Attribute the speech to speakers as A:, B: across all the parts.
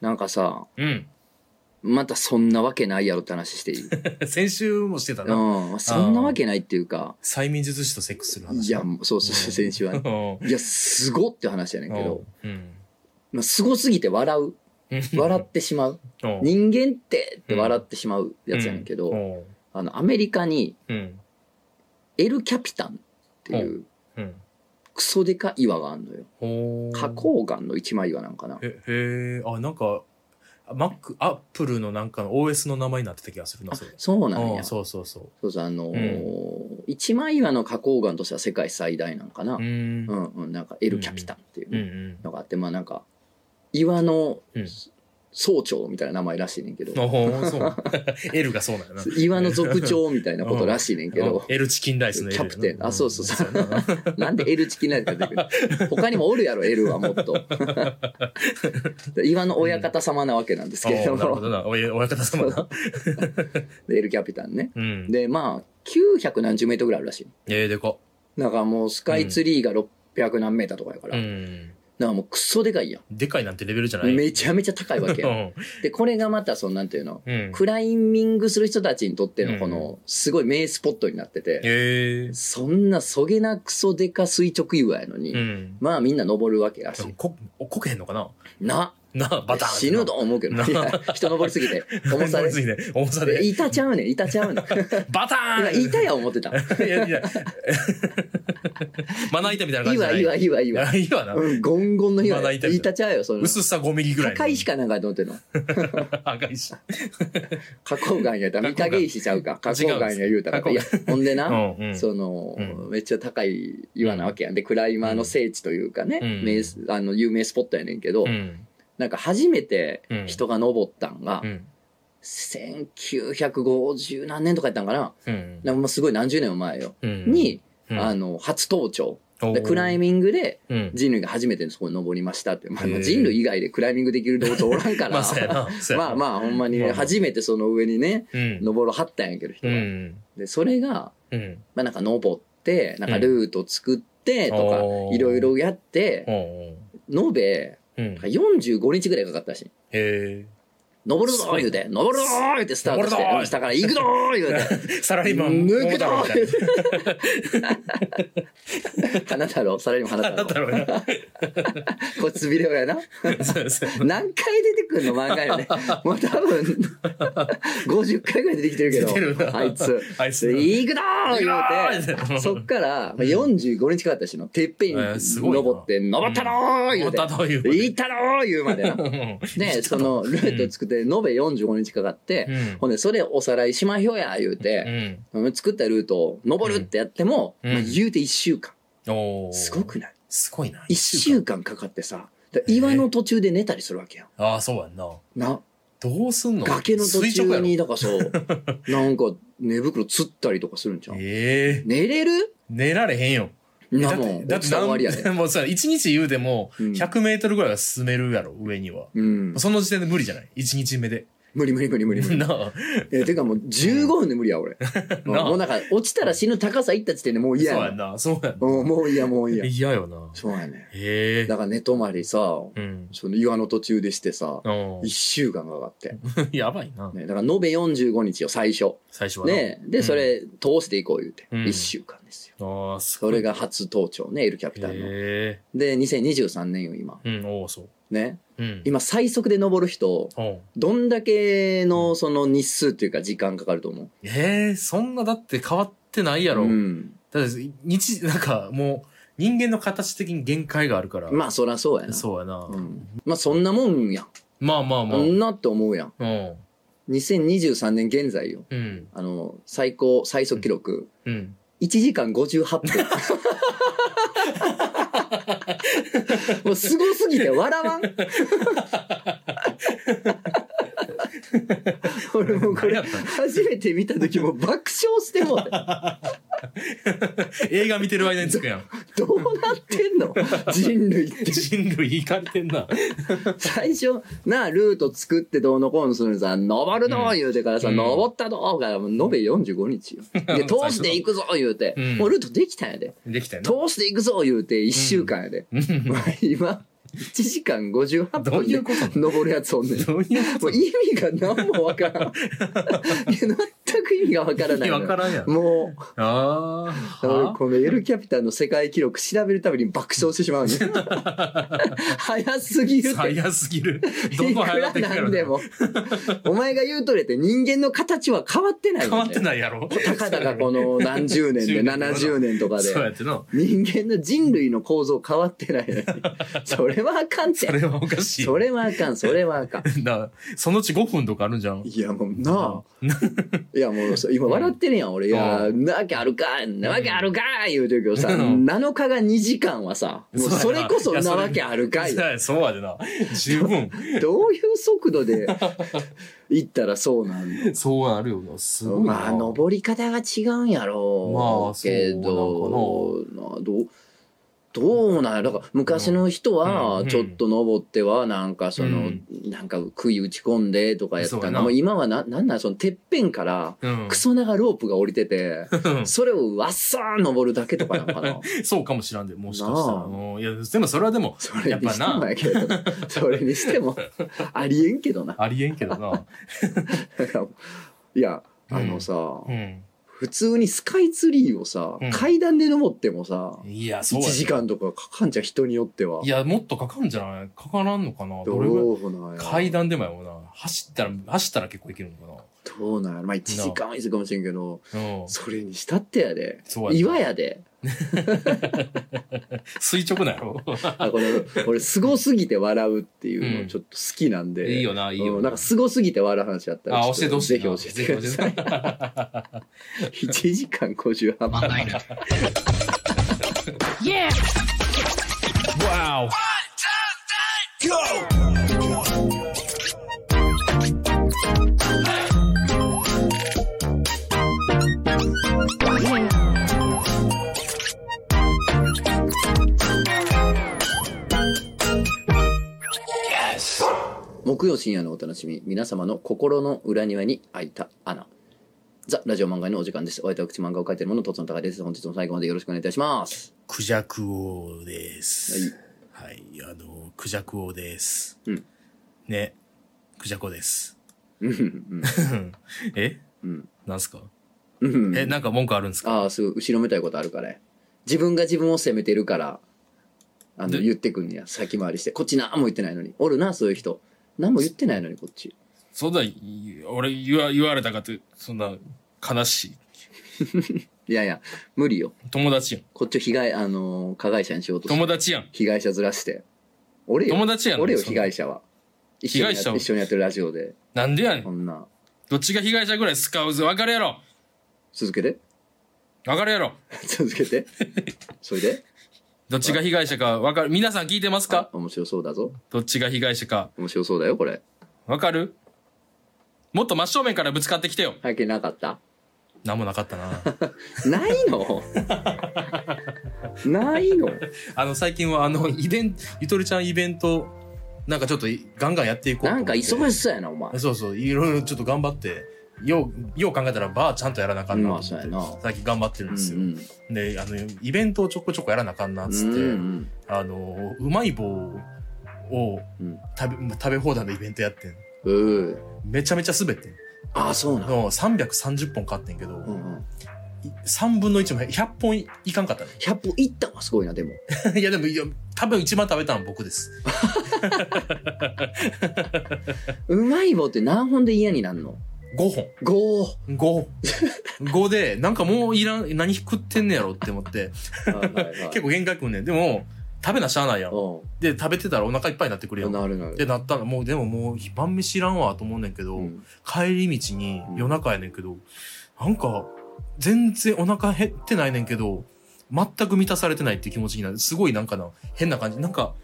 A: なんかさ、
B: うん。
A: またそんなわけないやろって話 していい
B: 先週もしてたな。
A: うん。そんなわけないっていうか、
B: 催眠術師とセックスする話。
A: い や、もうそうそうそう、先週はね、いや、すごって話やねんけど、
B: うん。
A: まあ、すごすぎて笑う。笑ってしまう。人間ってって笑ってしまうやつやねんけど、
B: うん。
A: あの、アメリカに
B: うん。
A: エル・キャピタンっていう
B: うん。
A: クソデカ岩があんのよ。
B: ほー
A: 花崗岩の一枚岩なんかな。
B: へへえ、あ、なんか、マック、アップルのなんかの OS の名前になってた気がするな、それ。
A: そうなん
B: う
A: や。
B: ん
A: そ
B: そうそうそう
A: そうそう、あのー一枚岩の花崗岩としては世界最大なんかな。。
B: う
A: うん
B: ん。
A: うん、なんかエル・キャピタンっていう
B: う
A: ね
B: ん。
A: のがあって、まあなんか、岩の
B: うん
A: 総長みたいな名前らしいねんけど、
B: おお、そう。L がそうなんやな。
A: 岩の族長みたいなことらしいねんけ ど、
B: L チキンライスの L やな。
A: キャプテンあそうそうそうん
B: やな
A: なんで L チキンライス出てくる他にもおるやろ、L はもっ と。岩の親方様なわけなんですけれど
B: おーなる
A: も
B: ほ、どな。おや親方様だ。
A: でエル・キャピタンね。
B: うん。
A: で、まあ、900何十メートルぐらいあるらしい。
B: ええ、でか。
A: だからもうスカイツリーが600何メーターとかやから、
B: う
A: だか
B: ん。
A: らもうクソでかいやん。
B: でかいなんてレベルじゃない。
A: めちゃめちゃ高いわけやん。で、これがまたそのなんていうの、
B: うん。
A: クライミングする人たちにとってのこ
B: う
A: の、すごい名スポットになってて、
B: ええ。
A: そんなそげなクソでか垂直岩やのに、
B: うん。
A: まあみんな登るわけらしい。
B: こ、こけへんのかな
A: な、
B: な、バターン。
A: 死ぬと思うけどな、いや 人登りすぎて、重さ で
B: 重さ。で。重さで。
A: 板ちゃうねん、板ちゃ うねん。
B: バタ
A: 今、
B: ーン
A: 板や思 ってた。
B: いやいや。まな板みたいな感じじ
A: 岩、
B: ゃない。
A: 岩、岩、岩。
B: いやいいわな。
A: うん、ゴンゴンの岩
B: まだ
A: や。
B: 板みたい
A: 板ちゃうよ、その。
B: 薄さ5ミリぐらい。
A: 高いし。かなんかと思ってんの。
B: 赤いし。
A: 花崗岩やったら、
B: 花
A: 御
B: 崗岩
A: 影石ちゃうか。花崗岩や言うたら。
B: 違
A: いうや、ほんで
B: う
A: な、
B: んうん。
A: その
B: う、
A: めっちゃ高い岩なわけやん。で、クライマーの聖地というかね
B: うん、
A: 名スあの、有名スポットやねんけど
B: う、ん。
A: なんか初めて
B: うん
A: 人が登ったんが
B: う、ん。
A: 1950何年とかやったんかな。
B: うん。
A: なんかもうすごい何十年も前よ。
B: うん、
A: に、
B: うん
A: あの、初登頂。
B: おー
A: でクライミングで
B: うん。
A: 人類が初めてそこに登りましたって。まあ、
B: へー
A: 人類以外でクライミングできる動物おらんから。
B: まあ、そうやな。そうや
A: まあ
B: な。
A: まあほんまに
B: ま
A: ね、
B: あまあ
A: 初めてその上にね、
B: うん。
A: 登ろはったんやけど、人
B: う
A: が。
B: ん。
A: で、それが、
B: うん。
A: まあなんか登って、なんかルート作ってとか、
B: おー
A: いろいろやって、
B: おー
A: 延べ、
B: うん
A: なんか。45日ぐらいかかったらしい。
B: へ
A: 登るぞー言うて、登るぞー言うてスタートし
B: 登るぞー
A: て、下から行くぞー言う て、
B: え。サラリーマン。
A: 抜くぞ
B: ろ
A: ー言うて。 花太郎、さらにも花
B: だ
A: 太
B: った
A: 郎。
B: ろう な。
A: これつびれやな。
B: そうそう
A: 何回出てくんの漫画よ ね。もう多分、50回ぐらい出てきてるけ
B: 出て る
A: ど、
B: な
A: あいつ。
B: あいつな。
A: 行くだー言う
B: 行くぞー
A: て、そっからまあ45日かかったしの、てっぺん
B: えーすごい
A: に
B: な
A: 登って、登ったろー言うて
B: ま、たという。
A: 行ったろー言うまで な。で、そのルート作って、延べ45日かかって、
B: うん
A: ほんで、それおさらいしまひょうや言う
B: う
A: て、
B: ん。
A: 作ったルートを登るってやっても、
B: うん
A: まあ、言うて1週間。
B: おー
A: すごくない
B: すごいな。
A: ?1 週間かかってさ、だから岩の途中で寝たりするわけやん。
B: ああ、そうやんな。
A: な、
B: どうすんの
A: 崖の途
B: 垂直
A: 中
B: やろ
A: に、だからそう、 なんか寝袋つったりとかするんじゃん。
B: ええ。
A: 寝れる
B: 寝られへんよ。
A: な
B: だっ
A: も
B: て、
A: ん、
B: だ
A: 落
B: って
A: ちたら終わりや
B: な
A: で。
B: ん、もうさ、一日言うでも、
A: うん
B: 100メートルぐらいは進めるやろ、上には。
A: うん。
B: その時点で無理じゃない一日目で。
A: 無理無理無理無理無 理。
B: なあ。
A: えてかもう15分で無理や、俺。
B: なあ
A: もうなんか、落ちたら死ぬ高さ行った時点でもう嫌
B: そうや
A: や
B: ん
A: な。
B: な。そうやんな。
A: もうもう嫌、もう嫌。
B: 嫌よな。
A: そうやね。
B: ええ
A: だ。から寝泊まりさ、
B: うん。
A: その岩の途中でしてさ、
B: お
A: 1
B: ー
A: 週間かかって。
B: やばいな。
A: ね、だから延べ45日よ、最初。
B: 最初はな。
A: ね、で、それ通していこう言うて。
B: うん
A: 1週間ですよ。
B: ああ、す
A: そ
B: ごい。
A: れが初登頂ね、エルキャピタンの。
B: え
A: で、2023年よ、今。
B: え。うん、おお、そう。
A: ね。
B: うん。
A: 今、最速で登る人、
B: おう
A: どんだけのその日数っていうか時間かかると思う
B: ええそんなだって変わってないやろ。
A: うん。
B: ただって、日、なんかもう、人間の形的に限界があるから。
A: まあ、そらそうやな。
B: そうやな。
A: うん。まあ、そんなもんやん。
B: まあまあま
A: そ
B: あ。
A: んなって思うやん。
B: うん。
A: 2023年現在よ。
B: うん。
A: あの、最高、最速記録。
B: うん。
A: 1時間58分。 もうすごすぎて笑 わん俺もうこれ
B: 何やった
A: 初めて見た時もう爆笑してもうて
B: 映画見てる間につく やん。
A: どうなってんの人類って
B: 人類いかれてんな。
A: 最初なルート作ってどうのこうのするのさ「登るの」言うてからさ「
B: うん
A: 登ったの」からもう延べ45日よ で通していくぞ言うて、
B: うん
A: もうルートできたんやで
B: できたよな。
A: 通していくぞ言うて1週間やで、
B: うん
A: まあ今1時間58
B: どう
A: 分
B: い
A: で
B: うことなの
A: 登るやつおんねん。
B: どういう
A: も
B: こ
A: う意味が何もわ からん。いや全く意味がわから
B: と
A: ないの
B: わ
A: よ。
B: からんやん。
A: も
B: あ
A: う、俺
B: あ。
A: このエルキャピタンの世界記録調べるたびに爆笑してしま うね。早すぎるって。
B: 早すぎる。
A: い
B: ど
A: く
B: こ早
A: ら
B: ってきた
A: なん
B: の
A: でも。 お前が言うとれて人間の形は変わってない
B: 変
A: よね、
B: わってないやろ。
A: たかだかこの何十年で
B: 10年
A: 70年とかで
B: そうやってな。
A: 人間の人類の構造変わってない のにそれはあかんって
B: それはおかしい。
A: それはあかんそれはあかん
B: だそのうち5分とかあるんじゃん。
A: いやもうなあいやもうそう今笑ってるやん俺いや
B: う
A: なわけあるかんなわけあるかん言うてるけどさ
B: うん
A: 7日が2時間はさもうそれこそなわけあるかい
B: そうやそうやでな。十分。
A: どういう速度で行ったら そうなんの
B: そうあるよな。すごいな。
A: まあ登り方が違うんやろ
B: ま
A: う
B: あ
A: けど、などうどうなんやだから昔の人
B: うん
A: は
B: うん
A: ちょっと登ってはなんかその、
B: うん
A: なんか杭打ち込んでとかやった
B: そうや
A: の
B: な
A: もう今はななんなんそのてっぺんから
B: うん
A: ク。ソ長ロープが降りてて、それをわっさー登るだけとかなのか な
B: そうかもしらんで、もしかした
A: な
B: ら。
A: あ
B: うんいや、でもそれはでも、
A: それにしてもやけど それにしてもありえんけどな
B: ありえんけど な。
A: だからいやあのさ、
B: うん。
A: 普通にスカイツリーをさ、
B: うん
A: 階段で登ってもさ、
B: いや、そう
A: 1
B: やで
A: 時間とかかかんじゃん人によってはい
B: や、もっとかかんじゃないかからんのかな
A: ど
B: どれぐらいう
A: なんや
B: 階段でもやろうな。走ったら、走ったら結構いけるのか
A: どうなんやまあ1時間はいるかもしれんけど
B: な。うん。
A: それにしたってやで
B: そうや。
A: 岩。やで
B: 垂直なん やろ。
A: あこの俺すごすぎて笑うっていう
B: う
A: の
B: ん
A: ちょっと好きなんで、
B: いいよな、いいよ
A: うんなんかすごすぎて笑う話あったら
B: あ、
A: ちょっ
B: 教えてほしい
A: ぜひ
B: な。
A: 教えてください
B: ぜひ教え て
A: 1時間58分ないな
B: Wow. Yes.
A: 木曜深夜のお楽しみ皆様の心の裏庭に開いた穴ザ・ラジオ漫画のお時間ですお相手は口漫画を描いているものとつのたかです本日も最後までよろしくお願いいたします
B: クジャク王です。はい。あの、クジャク王です。
A: うん
B: ね。クジャク王です。
A: うんうん
B: え
A: うん
B: なんすか
A: うんうん
B: え、なんか文句あるんですか
A: ああ、すごい、後ろめたいことあるからや自分が自分を責めてるから、あの、
B: で
A: 言ってくんねや。先回りして。こっち何も言ってないのに。おるな、そういう人。何も言ってないのに、こっち。
B: そんな、い俺言わ言われたかって、そんな悲しい。
A: いやいや、無理よ。
B: 友達やん。
A: こっちを被害、あのー加害者にしようとする
B: 友達やん。
A: 被害者ずらして。俺よ。
B: 友達やん。
A: 俺よ、
B: そん
A: 被害者は。一緒に
B: 被害者
A: や
B: は
A: 一緒にやってるラジオで。
B: なんでやね
A: こ
B: ん。
A: んな。
B: どっちが被害者ぐらいスカウズ。わかるやろ。
A: 続けて。
B: わかるやろ。
A: 続けて。それで。
B: どっちが被害者かわかる。皆さん聞いてますか
A: あ面白そうだぞ。
B: どっちが被害者か。
A: 面白そうだよ、これ。
B: わかるもっと真正面からぶつかってきてよ。
A: 背景なかった
B: なんもなかったな。
A: ないの ないの
B: あの、最近はあの、イベント、ゆとりちゃんイベント、なんかちょっといガンガンやっていこうと
A: な
B: 思
A: ん
B: っ
A: か
B: て。
A: 忙しそうやな、お前。
B: そうそう、いろいろちょっと頑張って、よう、よう考えたらバーちゃんとやらなあかんなと思って
A: うんまあそうやな
B: 最近頑張ってるんですよ。で、あの、イベントをちょこちょこやらなあかんな、つって、
A: うん
B: あの、うまい棒を
A: うん
B: 食べ、食べ放題のイベントやってん。
A: うんうん、
B: めちゃめちゃ滑ってん。
A: ああそうなの、
B: の330本買ってんけど、
A: うんうん、
B: 3分の1も100本いいかんかった
A: 100本いったんはすごいなでも
B: ね。いや、でも、いや、多分一番食べたの僕です。
A: うまい棒って何本で嫌になんの
B: 5本。
A: 5
B: 5。5で、なんかもういらん、何食ってんねやろって思って、結構限界くんねん。でも、食べなしゃあないやん。
A: 構
B: で、食べてたらお腹いっぱいになってくるや。
A: うんんなるなる
B: で、なったら、もう、でももう、晩飯いらんわと思うねんけど、
A: うん
B: 帰り道に
A: うん
B: 夜中やねんけど、なんか、全然お腹減ってないねんけど、全く満たされてないっていう気持ちになる。すごいなんかな、変な感じ。なんか、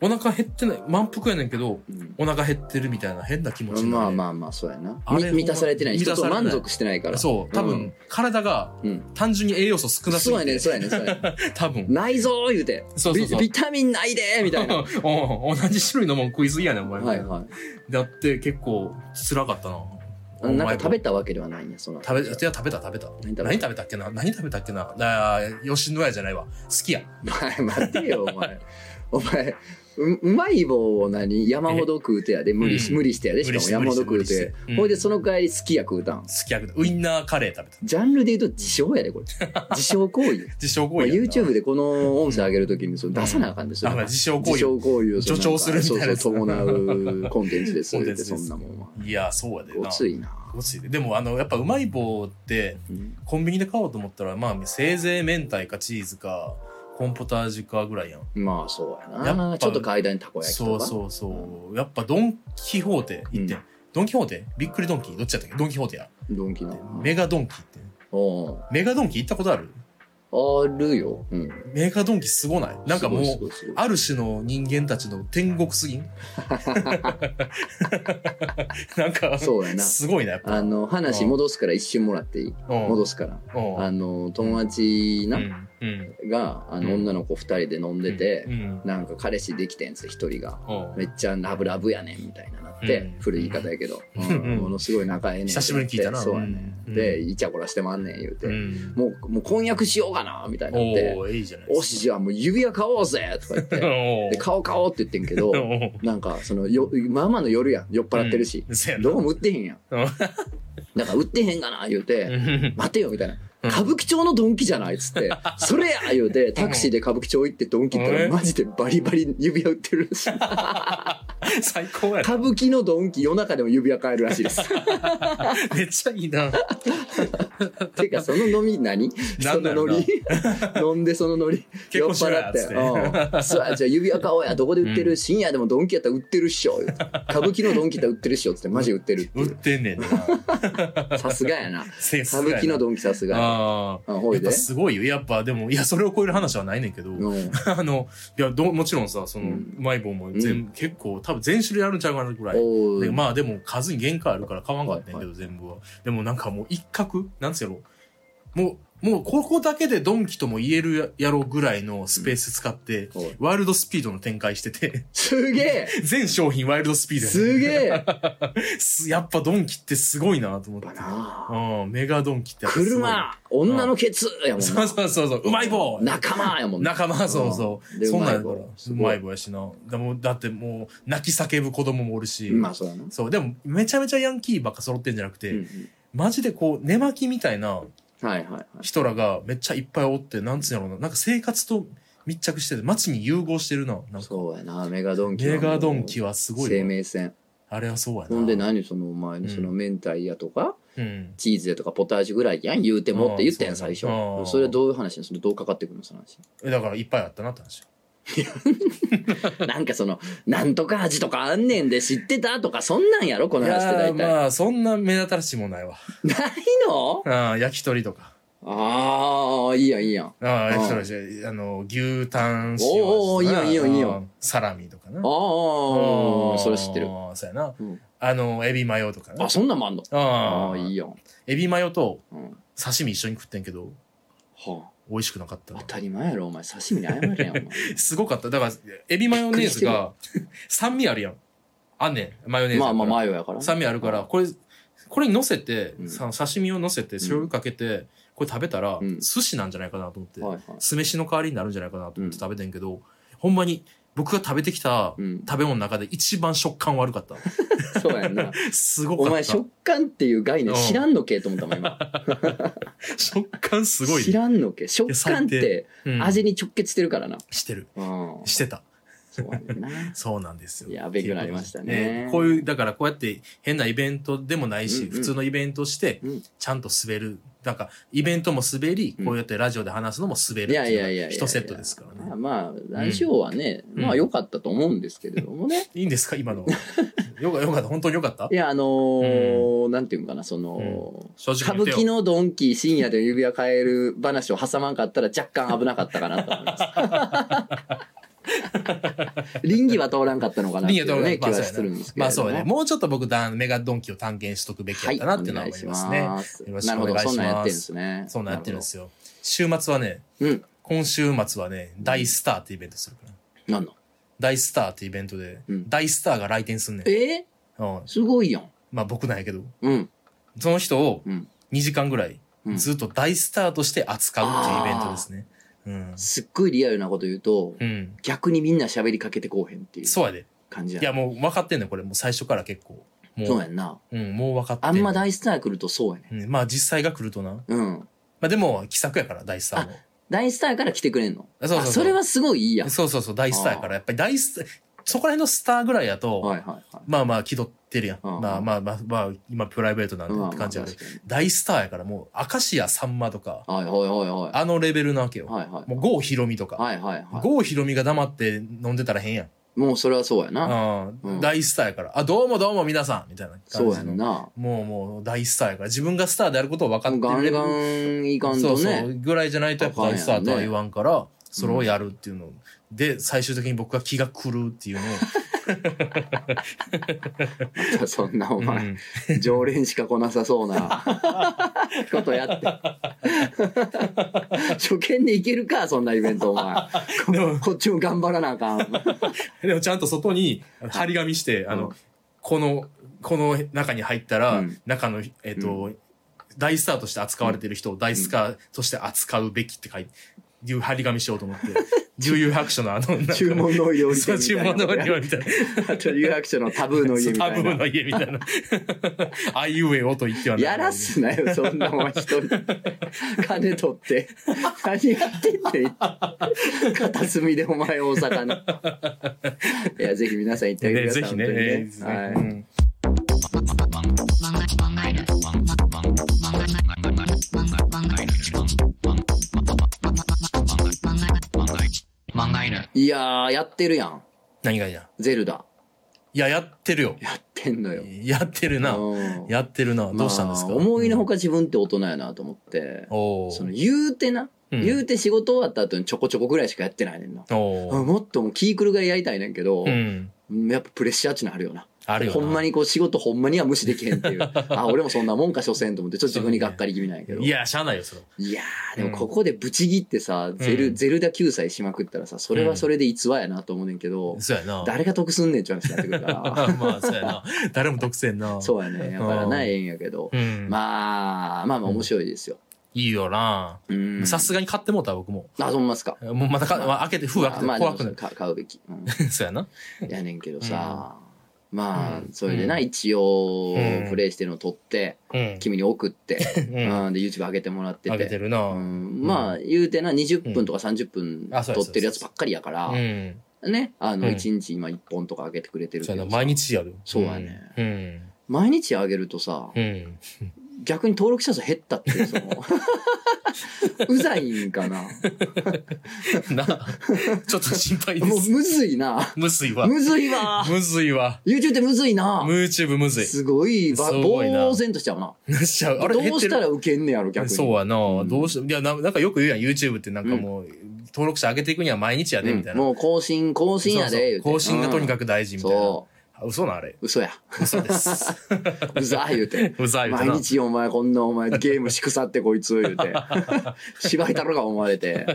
B: お腹減ってない、満腹やねんけど、お腹減ってるみたいな変な気持
A: う
B: ち
A: ん
B: にな
A: ま
B: る、
A: あまあまあそうやな
B: あれ
A: み
B: ほんま
A: 満たされてない
B: 満
A: 人
B: た
A: と
B: されてない
A: 満足してないから
B: そう、多分、
A: うん
B: 体が
A: うん
B: 単純に栄養素少なす
A: そ
B: ぎ
A: うや
B: て、
A: ねそうやねそうやね
B: 多 分。
A: ないぞー言うて
B: そうそうそう
A: ビビタミンないでーみたい な
B: おう同じ種類のもん食いすぎやねん、お前。
A: はいは
B: だって結構辛かったな。
A: いなんか食べ
B: た
A: たわけではないんやその
B: 食べ、いや食べた食べた。
A: 何食べた
B: 何食べたっけな何食べたっけなあー吉野家じゃないわ。好きや。
A: お前待てよお前お前ううまい棒を何山ほど食うてやで無理し、
B: うん
A: 無理してやでしかも山ほど食うて、ほいでそ
B: の
A: の帰りすき焼食うたん
B: すき焼きだウインナーカレー食べた
A: ジャンルで言うと自称や でこれ自称行為
B: 自称行
A: まあ
B: 為やんな
A: YouTube でこの音声上げるときにその出さなあかんですよ、
B: あまあ自称行
A: 自
B: 為
A: 称行為をその
B: 助長するみたいな
A: そうそう伴うコンテンツです
B: コンテ
A: っ
B: ンツ
A: て
B: です
A: そんなもんはい
B: やそうやで
A: ご
B: な
A: ついな、
B: ごついででもあのやっぱうまい棒って
A: うん
B: コンビニで買おうと思ったらまあせいぜい明太かチーズかコーンポタージュかぐらいやん
A: まあそうや
B: やっ
A: な
B: ぱ
A: ちょっと階段にたこ焼きとか
B: そうそうそうやっぱドン・キホーテ行って、
A: うん
B: ドン・キホーテびっくりドンキーどっちやったっけドン・キホーテや
A: ドンキの
B: メガドンキーって
A: お
B: メガドンキ行ったことある
A: あるよ、うん、
B: メガドンキすごないなんかも
A: す
B: う
A: ごいすごいすごい
B: ある種の人間たちの天国すぎんなんか
A: そうやな
B: すごいなやっぱ
A: あの話戻すから一瞬もらっていい
B: うん
A: 戻すから
B: うん
A: あの友達
B: う
A: な、
B: んうん
A: があの
B: うん
A: 女の子2人で飲んでて
B: う、ん
A: なんか彼氏できてんす1人が
B: うん
A: めっちゃラブラブやねんみたいななって、
B: うん
A: 古い言い方やけど、
B: うん
A: うんものすごい仲ええねんってなって
B: 久しぶりに聞いたな
A: そうやね、、
B: うんん
A: でイチャコラしてまんねん言うて、
B: うん
A: もうもう婚約しようかなみたいになって
B: おーいいじゃな
A: 「
B: い
A: おしじゃあもう指輪買おうぜ!」とか言って「
B: お
A: で買おう買おう」って言ってんけど
B: ー
A: なんかそのよまあまあの夜やん酔っ払ってるし、
B: うんそうやな
A: どうも売ってへんやん
B: うん
A: だから売ってへんがな言うて、
B: うん
A: 待てよみたいな歌舞伎町のドンキじゃないっつ って「それや!」言うてタクシーで歌舞伎町行ってドンキ行った
B: う
A: ら
B: ん
A: マジでバリバリ指輪売ってるらし い歌
B: 最高やな
A: 舞伎のドンキ夜中でも指輪買えるらしいです
B: めっちゃいいな
A: てかその飲み何そ
B: なんだ
A: の
B: ろ
A: ノ
B: うな
A: リ 飲んでそのノリ
B: 結婚しろ
A: 酔
B: や
A: っ払って「
B: つって
A: うんそうやじゃあ指輪買おうやどこで売ってる、
B: う
A: 深夜でもドンキやったら売ってるっしょ」言うて歌舞伎のドンキやったら売ってるっしょ」っつってマジ売ってるってい
B: 売
A: う
B: って んねんな
A: さすがやな
B: せ
A: 歌舞伎のドンキさすが
B: あ
A: やうん
B: あ
A: ほ
B: や
A: い
B: っ
A: で
B: ぱすごいよやっぱでもいやそれを超える話はないねんけど、
A: うん
B: あの、いや、どうもちろんさ、その、
A: う
B: うんまい棒も全、結構、多分全種類あるんちゃうかなぐらい。
A: お
B: で
A: ー
B: まあでも数に限界あるから買わんかったんや
A: は
B: け
A: い
B: ど、全部は。でもなんかもう一角、なんつうやろもう、もうここだけでドンキとも言えるやろぐらいのスペース使って、
A: おい
B: ワイルドスピードの展開してて、
A: すげ
B: 全商品ワイルドス
A: え
B: ピードやね
A: すげえ
B: すやっぱドンキってすごいなと思って
A: や。な
B: うん、メガドンキってやっぱすごいな。
A: 車女のケツやもん
B: そう
A: な
B: そうそうそう、うまい棒
A: 仲間やもんな
B: 仲間そうそ
A: うん
B: う
A: で
B: そんなんや
A: う
B: か
A: まい
B: ら
A: 棒す
B: う
A: ごい
B: まい棒やしなでもだってもう泣き叫ぶ子供もおるし、
A: まあそうやな
B: そうでもめちゃめちゃヤンキーばっか揃ってんじゃなくて、
A: うんうん
B: マジでこう寝巻きみたいな
A: はいはいはい
B: 人らがめっちゃいっぱいおってなんつうんやろうななんか生活と密着してて街に融合してるななんか
A: そうやなメガドンキは
B: メガドンキはすご
A: 生
B: いな
A: 命線
B: あれはそうやな
A: ほんで何そのお前
B: うん
A: のその明太やとか
B: うん
A: チーズやとかポタージュぐらいやん言うてもって言ってん
B: あ
A: 最
B: ー
A: 初
B: そうやなあー
A: それどういう話なのそれどうかかってくるのその話
B: えだからいっぱいあったなって話
A: なんかそのなんとか味とかあんねんで知ってたとかそんなんやろこ
B: い
A: の話って
B: や
A: 大
B: ー
A: 体
B: まあそんな目立たらしいもんないわ
A: ないの
B: あー焼き鳥とか
A: ああいいやんいいやん
B: ああ焼き鳥だしあの牛タン塩味とか
A: おーおーいいよいいよいいよ
B: あーサラミとか
A: あ
B: な
A: あそれ知ってる
B: あーそうやな。
A: うん
B: あの、エビマヨとかね。
A: あそんなんもあんのあ
B: あ
A: あ
B: ー
A: いいやん
B: エビマヨと
A: うん
B: 刺身一緒に食ってんけど、
A: はあ
B: 美味しくなかった
A: 当。たり前やろお前刺身に謝れやんお前
B: すごかった。だから、エビマヨネーズが、酸味あるやん。あんねん、マヨネーズ。
A: まあまあマヨやから
B: 酸味あるから、これ、これに乗せて、
A: うん
B: さ刺身を乗せて、醤油かけて、これ食べたら、
A: うん
B: 寿司なんじゃないかなと思って、
A: はいはい
B: 酢飯の代わりになるんじゃないかなと思っ
A: う
B: て
A: ん
B: 食べてんけど、ほんまに、僕が食べてきた
A: うん
B: 食べ物の中で一番食感悪かった。
A: そうやんな
B: すごかっ
A: お
B: た。
A: 前食感っていう概念
B: うん
A: 知らんのけと思ったもん今
B: 食感 すごいね。
A: 知らんのけ食感って
B: うん
A: 味に直結してるからな
B: してる
A: うん
B: してた
A: そうやね んな
B: そうなんですよ
A: やべくなりましたね
B: ええこういうだからこうやって変なイベントでもない
A: う
B: し、
A: んうん
B: 普通のイベントして
A: うん
B: ちゃんと滑るなんかイベントも滑り、
A: うん
B: こうやってラジオで話すのも滑るって
A: いやいやい
B: い
A: や
B: う
A: い
B: の
A: や
B: が一セットですから
A: まあ
B: ね
A: まあラジオはね
B: うん
A: まあ良かったと思うんですけれどもね
B: いいんですか今のよかよかった本当によかった
A: いやあのーなんていうんかなその
B: 正直
A: 歌
B: に
A: 舞
B: 言って
A: 伎
B: よ
A: のドンキ深夜で指輪変える話を挟まんかったら若干危なかったかなと思い ます。倫理は通らんかったのかなってい
B: 倫理は
A: う
B: 通ら
A: ね
B: ん
A: 気はするんですけれ
B: まあ
A: ど
B: そう
A: も。
B: ねもうちょっと僕だメガドンキを探検しとくべきだ
A: は
B: っ
A: い、
B: たなっていう
A: お
B: のは
A: 願い
B: 思い
A: し
B: ますね、
A: ます。
B: よろしく
A: なるほ
B: お
A: ど、
B: 願いします
A: そんなんやってるんですね。
B: そうなってるんですよ週末はね
A: なるほど。
B: 今週末はね大スターってイベントするから
A: うん、なんの。
B: 大スターってイベントで、
A: うん
B: 大スターが来店すんねん
A: え。ー、
B: うん、
A: すごいやん。
B: まあ僕なんやけど、
A: うん、
B: その人を
A: うん、
B: 2時間ぐらい
A: うん。
B: ずっと大スターとして扱うっていうイベントですね。ううん。
A: すっごいリアルなこと言うと、
B: うん。
A: 逆にみんな喋りかけてこうへんっていう
B: そうやで。
A: 感じや
B: いや、もう分かってんねんこれ。もう最初から結構。も
A: そうやんな。
B: うん、もう分かって
A: あんま大スター来るとそうやね。
B: うん、まあ実際が来るとな。ま
A: うん。
B: あでも、気さくやから、大スターも。
A: 大スターから来てくれんの
B: あそうそうそう
A: あ、それはすごいいいやん。
B: そうそうそう、大スターやから。やっぱり大スター、そこら辺のスターぐらいやと、
A: はいはいはい。
B: まあまあ気取ってるやん。
A: うん
B: まあまあまあ、まあ、今プライベートなんで
A: まあ
B: って感じやけど、
A: まあ確か
B: 大スターやからもう、明石家さんまとか、
A: にはいはいはいはい。
B: あのレベルなわけよ。
A: はいはい。
B: もう郷ひろみとか。
A: はいはいは
B: 郷ひろみが黙って飲んでたら変やん。
A: い。もうそれはそうやな。
B: う
A: うん
B: ん、大スターやから。あ、どうもどうも皆さんみたいな感じ
A: そ
B: の。
A: うやんな。
B: もうもう大スターやから。自分がスターであることを分か
A: ガ
B: って
A: ン
B: る。
A: ガンいかん
B: そ
A: と
B: うそう
A: ね。
B: ぐらいじゃないとやっぱ大スターとは言わんから、それをやるっていうの、で最終的に僕が気が狂うっていうのを、
A: また そんなお
B: う
A: 前、
B: ん
A: 常連しか来なさそう なことやって。初見でいけるか、そんなイベントお 前。
B: でも
A: こっちも頑張らなあかん。
B: でもちゃんと外に張り紙して、あの
A: うん
B: このこの中に入ったら、
A: うん
B: 中のえっ、と、大スターとして扱われてる人を大スターとして扱うべきって書いて。いう張り紙しようと 思って、重油白書のあの、なんか
A: 注文の料理
B: そ
A: 店
B: う
A: みたい
B: 注
A: な
B: 文
A: こと
B: の
A: や。
B: 料理みたいな。
A: あと、有楽町のタブーの家み
B: タ
A: た
B: ブ
A: い
B: ー
A: な。
B: の家みたいな。 あいうえおと言ってはなら
A: や
B: ない
A: らすなよ、そんなお前一 人。金取って。何やってんねん。片隅でお前大阪 の。いや、ぜひ皆さん行ってあげてく
B: ね、
A: ださい。
B: ぜひね。
A: 本当に
B: えーぜひね。
A: はいう
B: ん
A: いやー、やってるやん。
B: 何がいいな。
A: ゼルダ。
B: いや、やってるよ。
A: やってんのよ。
B: やってるな。
A: うん
B: やってるな。どうしたんですか、
A: まあ思いのほか自分って大人やなと思って。
B: おお。
A: その言うてな、
B: うん
A: 言うて仕事終わった後にちょこちょこぐらいしかやってないねんな。
B: お
A: あ
B: お。
A: もっともうキークルがやりたいねんけど、
B: うん。
A: やっぱプレッシャーっちなるよな。
B: あるよな。
A: ほんまにこう仕事ほんまには無視できへんって いう。あ、俺もそんなもんか所詮と思って、ちょっと自分にがっかり気味なんやけど。
B: いや、しゃあないよ、それ。
A: いやー、でもここでブチ切ってさ、ゼ
B: う
A: ル、
B: ん
A: ゼルダ救済しまくったらさ、それはそれで逸話やなと思うねんけど、
B: そうやな。
A: 誰が得すんねんって話になってくるから。
B: まあ、そうやな。誰も得せんな。
A: そうやね。やからな、ええんやけど。
B: う。ん。ま
A: まあ、
B: あ、
A: まあまあ面白いですよ。
B: いいよな。
A: うん。
B: さすがに買ってもうたわ、僕も。
A: あ、そんますか。
B: もうまたか、まあ開けて、封開けて、
A: まあ、
B: 怖くな
A: でもか買うべき。 うん
B: る。そうやな。
A: やねんけどさ、まあ
B: うん
A: それでな、
B: うん
A: 一応
B: うん
A: プレイしてるの撮って、
B: うん。
A: 君に送って、
B: うん。
A: うんで YouTube 上げてもらって
B: あ
A: て
B: げてるな。
A: う
B: うん。
A: ん、まあ言うてな20分とか30分
B: あそう
A: 撮
B: や
A: ってるやつばっかりやから、ねあの
B: うん
A: 1日今1本とか上げてくれてる
B: そ
A: け
B: うや
A: ど
B: な。
A: さ
B: 毎日やる。
A: そうやね
B: うん。
A: 毎日上げるとさ
B: うん。 うん。
A: 逆に登録者数減ったっていうそ のうざいんかな
B: な、ちょっと心配で
A: もう
B: す。
A: むずいな
B: むずいわ。
A: むずいわ
B: むずいわ。
A: YouTube ってむずいな
B: YouTube むずい。
A: すごいば
B: すごいな
A: 呆然としちゃうな
B: なっちゃう。あれ、減
A: ど
B: っ
A: う
B: て
A: した
B: る。
A: らウケんねやろ逆に
B: そうやな、
A: ん
B: どうしいやな、なんかよく言うやん、YouTube ってなんかもう、登録者上げていくには毎日やで、みたいな。
A: もう更新更新やで
B: そうそう更新がとにか
A: く
B: く大事みたいな。
A: そ
B: あ嘘な、あれ。
A: う嘘や
B: 嘘 です。
A: うざ言うて
B: うざいわ
A: 毎
B: な。
A: 日お前こんなお前ゲームしくさってこいつ言う て芝居太郎が思われて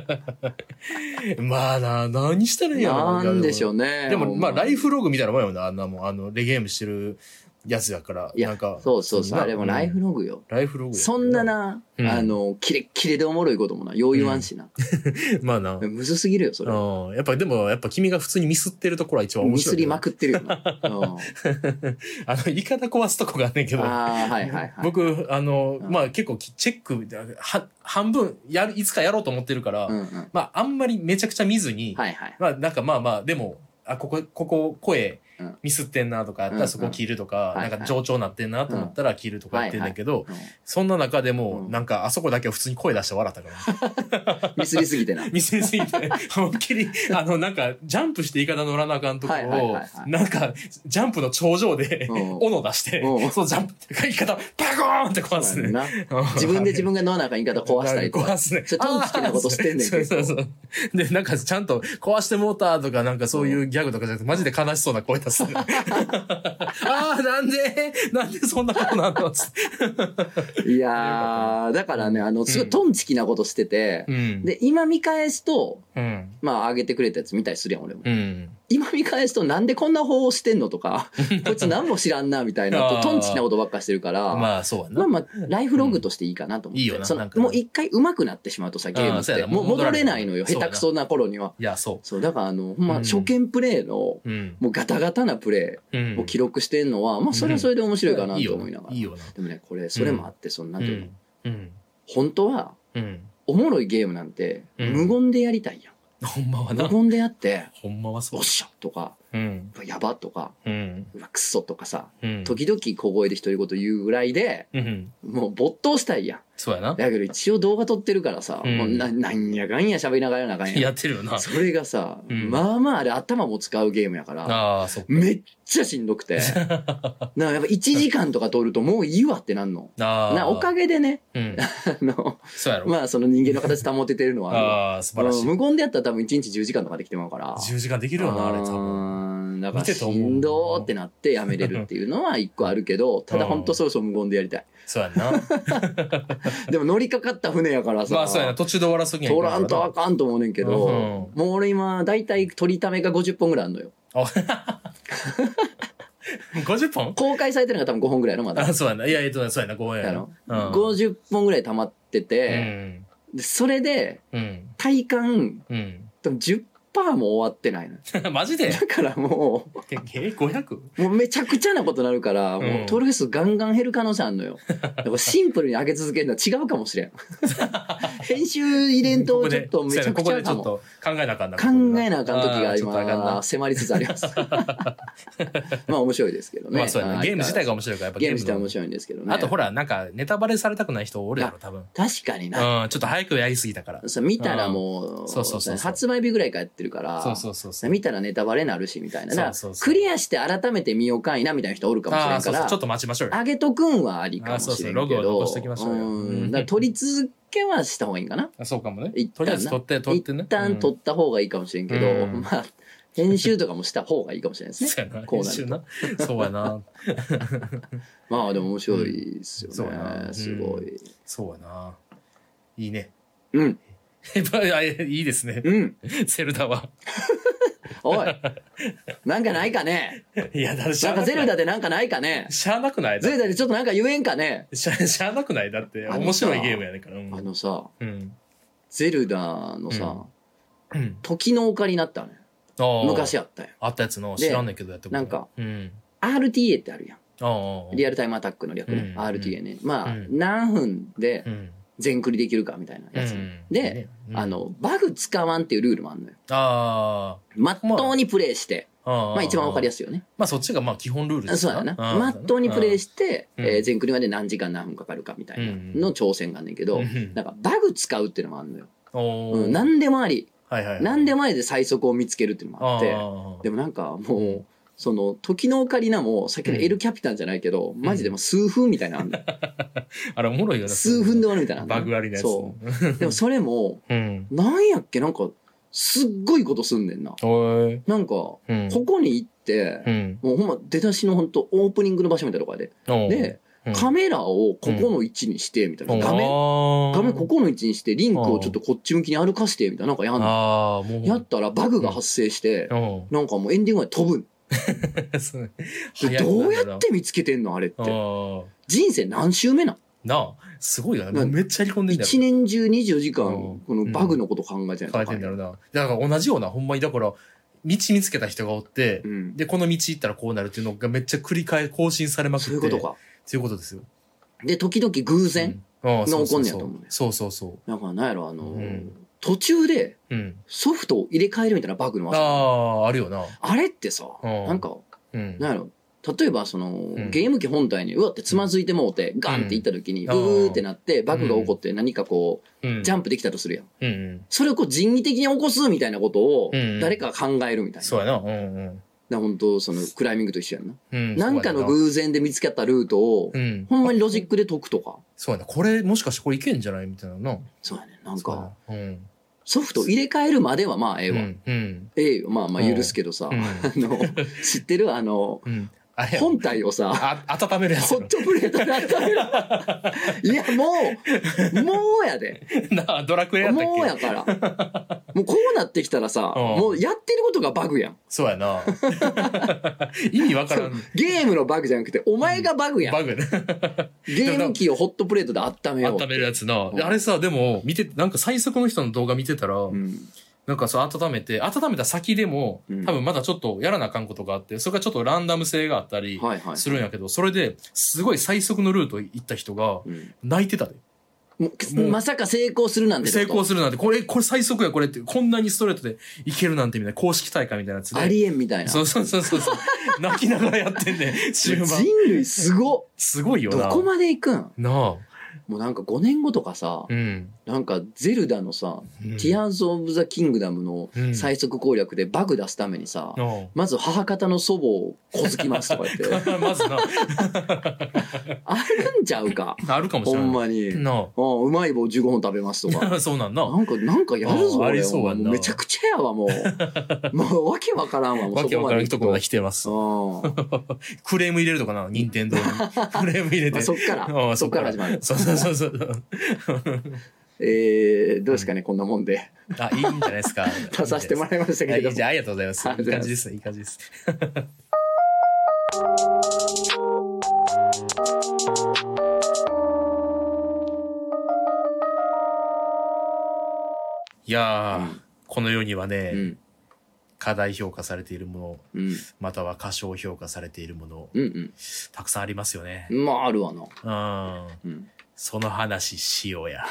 B: まあな、何してるんやろ
A: なんでしょ
B: う
A: うね
B: でも、まあ、ライ
A: フ
B: フログみたいなもんやもんな、あんなもん、あの、レゲームしてるやつやから。
A: いや
B: なんか。
A: そうそうそうあ
B: な
A: れもライフ
B: うん
A: ログよ
B: ライフログや
A: そんな。な
B: うん
A: あのキレッキレでおもろいこともなよう言わんしな
B: まあな。う
A: むずすぎるよそれ
B: ん。やっぱ、でも、やっぱ君が普通にミスってるところは一番面
A: ミ
B: 白
A: ス
B: い
A: り
B: よな。
A: まくってるよ なうん
B: あの、言い方壊すとこがあんねんけど。
A: ああはいはいはい
B: 僕、あの、
A: うん
B: まあ結構きチェック、は、半分、やる、いつかやろうと思ってるから、
A: うんうん
B: まああんまりめちゃくちゃ見ずに、
A: はいはい
B: まあなんかまあまあ、でも、あ、ここ、ここ声
A: うん
B: ミスってんなとか、やった
A: うんう
B: ら
A: ん
B: そこ切るとか、
A: いはい
B: なんか上長なってんなと思ったら切るとかやってんだけど、
A: うん
B: そんな中でも、
A: うん
B: なんかあそこだけは普通に声出して笑ったから、
A: ミスりすぎてな
B: 見せすぎて、思いっ きり、あのなんかジャンプして言い方乗らなあかんとこ
A: はいはい
B: を
A: はいは、い
B: なんかジャンプの頂上で、
A: うん
B: 斧出して
A: うん、
B: そのジャンプ、言い方、パコーンって壊すね。
A: な 自分で自分が脳の中に言い方壊したりとか。
B: 壊すね。
A: それトンチキなことしてんねん
B: あー
A: 結
B: そ
A: 構
B: うそうそう。で、なんかちゃんと壊してもうたとか、なんかそういうギャグとかじゃなくて、マジで悲しそうな声出 すね。ああ、なんでなんでそんなことなのつって
A: いやー、だからね、あの、すご
B: う
A: い
B: ん
A: トンチキなことしてて、
B: うん。
A: で、今見返すと、
B: うん。
A: まあ、上げてくれたやつ見たりするやん、俺も。
B: うん。
A: 今見返すとなんでこんな方をしてんのと かこいつ何も知らんなみたいな
B: あ
A: と
B: ー
A: トンチなことばっかしてるからま
B: まあ、そうや
A: あ
B: な。
A: まあライフログとしていいかなと思って、
B: うんいいよな
A: その
B: なんか
A: もう一回上手くなってしまうとさゲーム
B: あー
A: っ
B: そう
A: て
B: やな
A: もう戻れないのよ下
B: 戻られ
A: 手
B: ない
A: くそな頃にはい
B: や、そ
A: そうだからあのほんま
B: うん
A: 初見プレイの
B: う。うん。
A: もうガタガタなプレ
B: う
A: イ
B: ん。
A: を記録してんのは、まあそれはそれで面白いかなと思いながら
B: いいよな。
A: でもねこれそれもあってそのなん
B: い
A: て
B: い
A: いう
B: よ
A: の、
B: な。うん。
A: 本当は
B: うん。うん。
A: おもろいゲームなんて
B: うん
A: 無言でやりたいやん、
B: ほんまは
A: 無
B: な。
A: 言でやって
B: ほんまは
A: 「
B: そ
A: お
B: う
A: っ。しゃ!」とか
B: うん。
A: 「やば!」とか
B: うん。
A: 「うわクソ!」とかさ
B: うん。
A: 時々小声で独り言言うぐらいで
B: うん。
A: もう没頭したいやん
B: そうやな。
A: だけど一応動画撮ってるからさ、
B: うん
A: もうななんやかんや喋りながらやらなあかんや
B: や
A: ん
B: ってるよな。
A: それがさ、
B: うん
A: まあまああれ頭も使うゲームやから
B: ああ、そっか。
A: めっちゃしんど くてなやっぱ1時間とか撮るともういいわってなんの
B: ああ。
A: なおかげでね
B: うん。
A: あの
B: そうやろ。
A: まあその人間の形保ててるのはあるわ
B: あ あ、素晴らし
A: うん
B: い。
A: 無言でやったら多分1日10時間とかできてまうから。
B: 10時間できるよな、あれ多分。
A: 分。だから
B: 見てと
A: し
B: 思うん
A: どーってなってやめれるっていうのは一個あるけど、ただほんとそろそろ無言でやりたい。
B: そうや んな。
A: でも乗りかかった船やからさ、
B: まあ、そうやな。途中で終わらすときにはい
A: 取
B: かんからら
A: ん
B: な
A: とあかんと思うねんけど、
B: うん
A: もう俺今大体取りためが50本ぐらいあんのよ。
B: 50本
A: 公開されてるのが多分5本ぐらいのまだ
B: あ、。そうやな。いや、えっと、そうやな、5円
A: や
B: や
A: ろ
B: ろ。
A: 50本ぐらい溜まって
B: う
A: て、
B: ん。
A: でそれで
B: うん。
A: 体感
B: うん。
A: 多分10%も終わってないの。
B: マジ で
A: だからもう、
B: え、500?
A: もうめちゃくちゃなことなるから、
B: うん
A: もうトロフェスガンガン減る可能性あん のよ。だからシンプルに上げ続けるのは違うかもしれん。編集入れんとちょっとめちゃく
B: ここ
A: ち
B: で
A: ゃか
B: そうやなここでちょっ
A: も。
B: と考えなあかんな。
A: 考えなあかん時が
B: あーちょっとあかん
A: 今
B: な
A: 迫りつつあります。 まあ面白いですけどね。
B: まあそうやな。ゲーム自体
A: が。
B: が面白いから、やっぱ
A: ゲーム自体は面
B: い。
A: 白いんですけどね。
B: あとほら、なんか、ネタバレされたくない人おるやろ、多分。うん、
A: 確かに
B: ち
A: な。
B: ょっと早くやりすぎたから。
A: さ見たらもう、
B: そうそうそうそう
A: 発売日ぐらいからやってるから、
B: そうそうそうそう。
A: 見たらネタバレなるしみたいな。だから
B: そうそうそう
A: クリアして改めて見ようかいなみたいな人おるかもし
B: あ
A: れ
B: あ、
A: んか
B: そうそう。
A: ら
B: ちょ、っと待ちましょう よ。
A: あげとくんはありかもしれんけど。
B: あそうそうログを残しときましょうよ
A: ん
B: うん
A: だから取り続けはした方がいいんかな。
B: あそうかもね。
A: 一旦
B: とりあえず取って、 取ってね。
A: 一旦取った方がいいかもしれんけど、
B: う ん
A: まあ、編集とかもした方がいいかもしれないで
B: うん
A: す
B: そ
A: ね。
B: うやな。
A: こう
B: 編
A: なる
B: 集な。そうやな。
A: まあでも面白いですよ
B: そうや
A: ね。
B: な
A: すごい。
B: そうやな。いいね。
A: うん、
B: あいいですね。
A: うん。
B: ゼルダは。
A: おい、 なんかないかね。
B: いや、だってし
A: な
B: ゃ
A: んか
B: あなく
A: ゼ
B: な
A: ル
B: い
A: ダでなんかないかね。
B: しゃあなくない
A: ゼルダでちょっとなんか言えんかね。
B: しゃしゃあなくないだって、
A: あのさ
B: 面白いゲームやねんから。うん
A: あのさ、
B: うん。
A: ゼルダのさ、
B: うんうん
A: 時の丘になったね。
B: あー
A: 昔あったよ。
B: あったやつの
A: で
B: 知らんねんけどやって
A: なんか。
B: うん。
A: RTA ってあるやん。
B: あーあー。
A: リアルタイムアタックの略ね、
B: うん
A: RTA ねまあ、
B: うん
A: 何分で
B: うん。
A: 全クリできるかみたいなやつ、
B: うん
A: で、
B: うん
A: あ、のバグ使わんっていうルールもあんのよ
B: あ
A: まっとうにプレイして、
B: ーあー。
A: まあ一番わかりや
B: すい。
A: すいよね、
B: まあそっちがまあ基本ルールです
A: そう
B: か
A: や
B: ら
A: な
B: うん
A: まっとうにプレイして、
B: うん
A: えー全クリまで何時間何分かかるかみたいなの挑戦があんねんけど、
B: うん
A: なんかバグ使うっていうのもあんのよ、
B: お
A: うん、
B: ー
A: 何でもあり
B: はいはいはい。
A: 何でもありで最速を見つけるっていうのもあ
B: あ
A: っ
B: って
A: で
B: て
A: もなんかもう、その時のオカリナもさっきのエルキャピタンじゃないけど、マジでもう数分みたいなのあん のよ
B: あれおもろいよな。
A: 数分で終わるみたいな
B: バグありのやつ。
A: そうでもそれも、
B: うん。
A: なんやっけ、なんか、すっごいことすんねんな。
B: おい。
A: なんか、こ
B: うん。
A: こに行って
B: う、ん。
A: もうほんま出だしのほんとオープニングの場所みたいなとこや
B: おー
A: で。で、
B: うん
A: カメラをここの位置にして、みたいな。
B: おー
A: 画面、画面ここの位置にして、リンクを
B: うん
A: ちょっとこっち向きに歩かして、みたいな、なんかやんの
B: ああ、もう。
A: やったらバグが発生して、
B: うん。
A: なんかもうエンディングまで飛ぶん。
B: そう
A: で
B: 早くなる
A: どう
B: よ
A: やって見つけてんのあれっ
B: な
A: て。
B: ああ。
A: 人生何周目なん
B: なあ、すごいよな。
A: な
B: もうめっちゃやり込んでんだよ。
A: 一年中24時間、
B: うん
A: このバグのこと考えてない
B: 変えてんだろうな。だから同じような、ほんまに、だから、道見つけた人がおって
A: う、ん。
B: で、この道行ったらこうなるっていうのがめっちゃ繰り返、更新されまくっ
A: そ
B: て。
A: ういうこと。か。
B: そういうことですよ。
A: で、時々偶然、
B: うん。ああ、
A: が
B: そ
A: 起
B: う
A: こ
B: そ
A: ん
B: う
A: ねや
B: そ
A: と
B: う
A: 思うね。
B: そうそうそ
A: なんかなんやろあの、
B: うん
A: 途中で
B: う。うん。
A: ソフトを入れ替えるみたいなバグの
B: あ
A: 技
B: あ、あるよな。
A: あれってさ、
B: うん
A: なんか
B: うん。
A: なんやろ例えばその、
B: ん
A: ゲーム機本体にうわってつまずいてもうてガンっていった時に、
B: うん
A: ブーってなってバグが起こって何かこう、
B: うん
A: ジャンプできたとするやん
B: うんうん。
A: それをこう人為的に起こすみたいなことを
B: うん
A: 誰かが考えるみたいな、
B: そうやな。うんうん。
A: な本当そのクライミングと一緒やんな、
B: うん。
A: なんかの
B: そうや
A: 偶然で見つけたルートを、
B: なうん。
A: ほんまにロジックで解くとか
B: そうやな。これ、もしかしてこれいけんじゃないみたいなな。
A: そうやねなん
B: そうや
A: か
B: な。うん。
A: ソフト入れ替えるまではまあええ
B: う
A: わ、
B: ん。うん。
A: ええよまあまあ許すけどさ、
B: うん
A: あの、知ってるあの、
B: うん。あれや
A: 本体をさ、
B: あ温めるやつ
A: ホッ
B: や
A: トプレートで温 める。いや、もう、もうやで。
B: ろなあドラクエやったっ
A: もう
B: け
A: やから。もうこうなってきたらさ、
B: うん
A: もうやってることがバグやん。
B: そうやな 意味わからん
A: ゲームのバグじゃなくて、お前がバグやん。
B: バグやな
A: ゲーム機をホットプレートで温めよう。
B: 温めるやつな、
A: うん
B: あれさでも見てなんか最速の人の動画見てたら、
A: うん。
B: なんかそう温めて温めた先でも、
A: うん
B: 多分まだちょっとやらなあかんことがあってそれがちょっとランダム性があったり
A: はいはい。
B: するんやけど、それですごい最速のルート行った人が
A: うん
B: 泣いてたで
A: もう
B: もう
A: まさか成功するなんてこと
B: 成功するなんてこれこれ最速やこれってこんなにストレートでいけるなんてみたいな公式大会みたいなやつで
A: ありえんみたいな。
B: そうそうそうそ うそう泣きながらやってんね終
A: 人
B: 盤
A: 類すご
B: すごいよ
A: ど
B: な
A: こまで行くん
B: なあ
A: もうなんか5年後とかさ、
B: うん、
A: なんかゼルダのさ、
B: うん、
A: ティアーズ・オブ・ザ・キングダムの
B: うん
A: 最速攻略でバグ出すためにさ、
B: の
A: まず母方の祖母を小づきますとか言 って、
B: まずな
A: あるんちゃうか。
B: あるかも
A: ほ
B: しれない
A: んまに。うん
B: な
A: うまい棒15本食べますとか。
B: あそうなんな
A: なんか、なんかやるぞ、
B: あーあ
A: 俺
B: りそうやんな
A: もうめちゃくちゃやわ、も う。もう、わけわからんわ、もう
B: わ
A: そ
B: け
A: こ
B: わ
A: ま
B: から
A: で
B: ん
A: 行
B: と
A: く
B: こまで来てます
A: うん
B: クレーム入れると かな任天堂にクレーム入れ
A: ま
B: て
A: あそっ から、
B: うん
A: そっから始まる。
B: そうそうそうそう
A: えー、どうですかね、こんなもんで。
B: あいいんじゃないですか
A: 出させてもらいました
B: あ
A: けれ
B: い
A: ど
B: い
A: も
B: じゃんありがとうございますい
A: あり
B: い
A: がとうござい
B: 感
A: ます
B: じですいい感じです いやー、
A: うん
B: この世にはね、
A: うん
B: 過大評価されているも
A: う
B: の
A: ん
B: または過小評価されているもの
A: うん
B: たくさんありますよね
A: うんまああるわな、
B: うん
A: うん、
B: その話しようや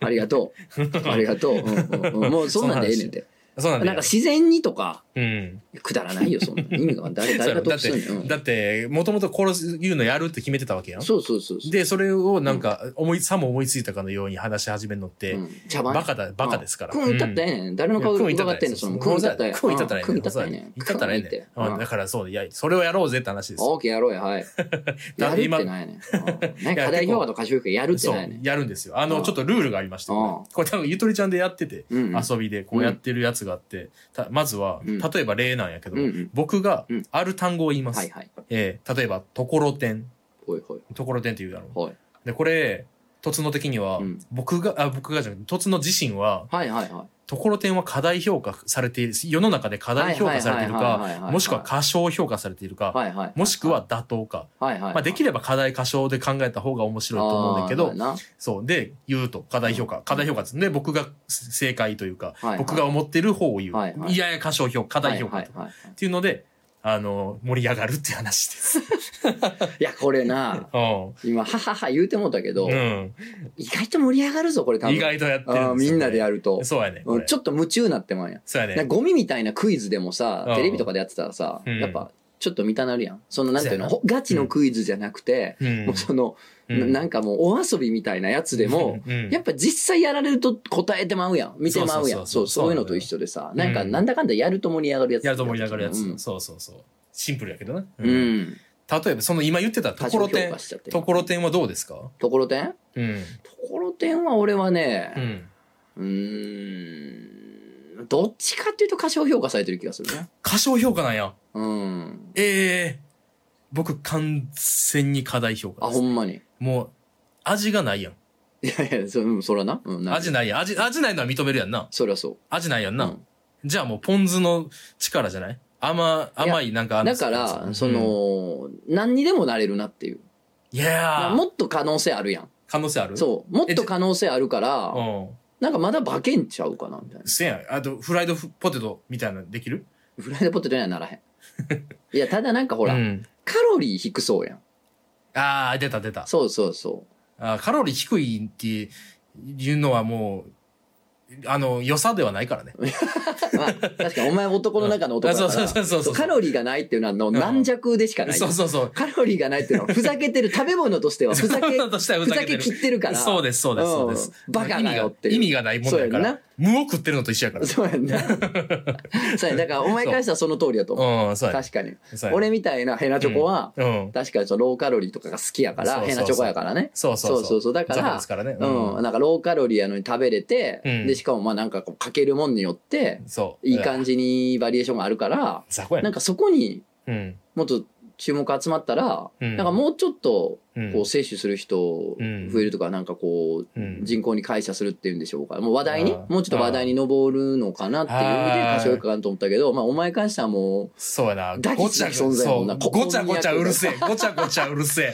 A: ありがと うありがとう、うんうんうんもうそんなんでええねんて
B: そうなんだ
A: なん
B: よ
A: か自然にとか
B: うん
A: くだらないよそんなん意味が誰
B: そう
A: 誰
B: や
A: が
B: ろ
A: 得
B: だっ
A: すんねん
B: てだってもともと殺す言うのやるって決めてたわけや
A: うんんそうそうそうそう
B: でそれをなんか思い、さも思いついたかのように話し始めるのって、
A: うん、茶番
B: バカだバカですから、
A: クンいたったらええねん誰の顔色伺ってんのそのクンいたったらええ
B: 食いたったらええ
A: クン
B: ね
A: いたったらええね
B: ん
A: ん
B: 食いたったらええねん
A: 食いたったらええねん
B: うんだからそういやそれをやろうぜって話ですよ
A: オーケーやろうやはい
B: だ
A: や
B: っ
A: る
B: て
A: っ
B: 今
A: てないねん うんなんか課題評価と過小評価やるって
B: そう
A: ないねん
B: やるんですよあ
A: う
B: の
A: ん
B: ちょっとルールがありまして
A: うん
B: これこれ多分ゆとりちゃんでやってて
A: うんうん
B: 遊びでこうやってるやつがあってたまずは
A: うん
B: 例えば例なんやけど
A: うんうん
B: 僕が
A: うん
B: ある単語を言いま
A: はい
B: す
A: はい
B: えー例えば「ところてん
A: ほいほい」
B: 「ところてん」って言うだろ
A: ほい
B: でこれ突の的には
A: うん
B: 僕があ僕がじゃなくて突の自身は
A: はいはいはい
B: ところてんは過大評価されている世の中で過大評価されている
A: はいはいはいはいはいは
B: か
A: い
B: もしくは過小評価されているか
A: はいはい
B: もしくは妥当か
A: はいはいはい
B: まあできれば過大過小で考えた方が面白いと思うんだけ
A: あ
B: ど
A: ーな
B: そう。で、言うと、課題評価。課題評価ですね。僕が正解というか、
A: はいはい
B: 僕が思ってる方を言う。
A: はいいはい
B: やいや、過小評価、課題評価
A: はい
B: と。
A: はいはいはい
B: っていうので、あの、盛り上がるっていう 話です。
A: いや、これ な、
B: うん。
A: 今、ははは言うてもうたけど、
B: うん。
A: 意外と盛り上がるぞ、これ多分。
B: 意外とやって
A: あー
B: る
A: みんなでや
B: る。
A: ると。
B: そうやね。こ
A: う
B: れ
A: んちょっと夢中になってまうんや。
B: そうや
A: なん
B: ね。
A: かゴミみたいなクイズでもさ
B: う、ん
A: テレビとかでやってたらさ、
B: うん
A: やっぱ、ちょっと見たなるやん。その、なんていうの、
B: そ
A: ほガチのクイズじゃなくて、
B: うん
A: もうその、
B: うん
A: ななんかもうお遊びみたいなやつでも、
B: うんうん
A: やっぱ実際やられると答えてまうやん。見てまうやん。そう
B: そそうそうそう
A: う、そういうのと一緒でさ、なんか
B: うん
A: なんだかんだやると盛り上がるやつ。
B: やると盛り上がるやつ。
A: うん
B: そうそうそう。シンプルやけどな。
A: う。ん。
B: 例えば、その今言ってたと
A: 過
B: こ
A: 小
B: ろ
A: 評
B: てん
A: 価、しちゃって
B: ところてんはどうですか
A: ところてん
B: うん。
A: ところてんは俺はね、
B: う
A: う
B: ん。
A: ーんどっちかっていうと過小評価されてる気がするね。
B: 過小評価なんや。
A: うん。
B: ええ僕、完全に課題評価
A: あ、
B: で
A: ほ
B: す。
A: んまに。
B: もう、味がないやん。
A: いやいや、そ,、うん、そらな。うん、な
B: 味ないやん味味ないのは認めるやんな
A: そりゃそ
B: 味ないやん
A: う。
B: な、
A: うん
B: じゃあもうポン酢の力じゃない甘甘いなんかあの
A: だか
B: う
A: ら、
B: ん
A: その、何にでもなれるなっていう。
B: いやー
A: もっと可能性あるやん。
B: 可能性あるう
A: そう。もっと可能性あるから、
B: うん
A: なんかまだ化けんちゃうかな、みたいな。
B: せやんあとフライドポテトみたいなのできる
A: フライドポテトにはならへ ん。いや、ただなんかほら、
B: うん、
A: カロリー低そうやん。
B: あー出た出た
A: そうそうそ
B: あーカロリー低いっていうのはもうあの良さではないからね
A: う。まあ、確かにお前男の中の男だから。
B: あそうそうそうそう
A: カロリーがないっていうのはの軟弱でしかないや
B: そ
A: ん
B: う。そうそう
A: カロリーがないっていうのは、ふざけてる、食べ物として はふざけ、
B: としては
A: ふざけ切ってるから。
B: そうですそうですそうです、
A: うんバカだよっていう
B: 意味がないもんだか
A: そうやん
B: ら
A: な
B: 無を食ってるのと一緒やから
A: そうやん な。そうやだから、お前からしたらその通りやと思う。
B: うんそうや
A: 確かに。
B: そうや
A: 俺みたいなヘナチョコは、
B: うん
A: 確かにそのローカロリーとかが好きやか
B: そう
A: ら、
B: そうそう
A: ヘナチョコやからね。
B: そうそ
A: そう
B: う
A: そうそうだから
B: 雑魚ですからね。
A: うん、なんかローカロリーやのに食べれて、
B: うん
A: で、しかもまあなんかこうかけるもんによって、
B: そう。
A: いい感じにバリエーションがあるから、
B: じ。雑魚や
A: な。
B: なん
A: かそこに
B: うん。
A: もっと注目集まったら、
B: うん
A: なんかもうちょっと
B: うん
A: こう摂取する人
B: うん
A: 増えるとか、なんかこう
B: うん
A: 人口に感謝するっていうんでしょうかもう話題に
B: あー
A: もうちょっと話題に上るのかなっていう意味で
B: あー
A: 多少いかなと思ったけどまあお前に関してはも
B: そうやな。
A: 大
B: ご
A: 事
B: ち
A: な
B: ゃ
A: 存在やもんな
B: そうごちゃごちゃうるせえ。ごちゃごちゃうるせ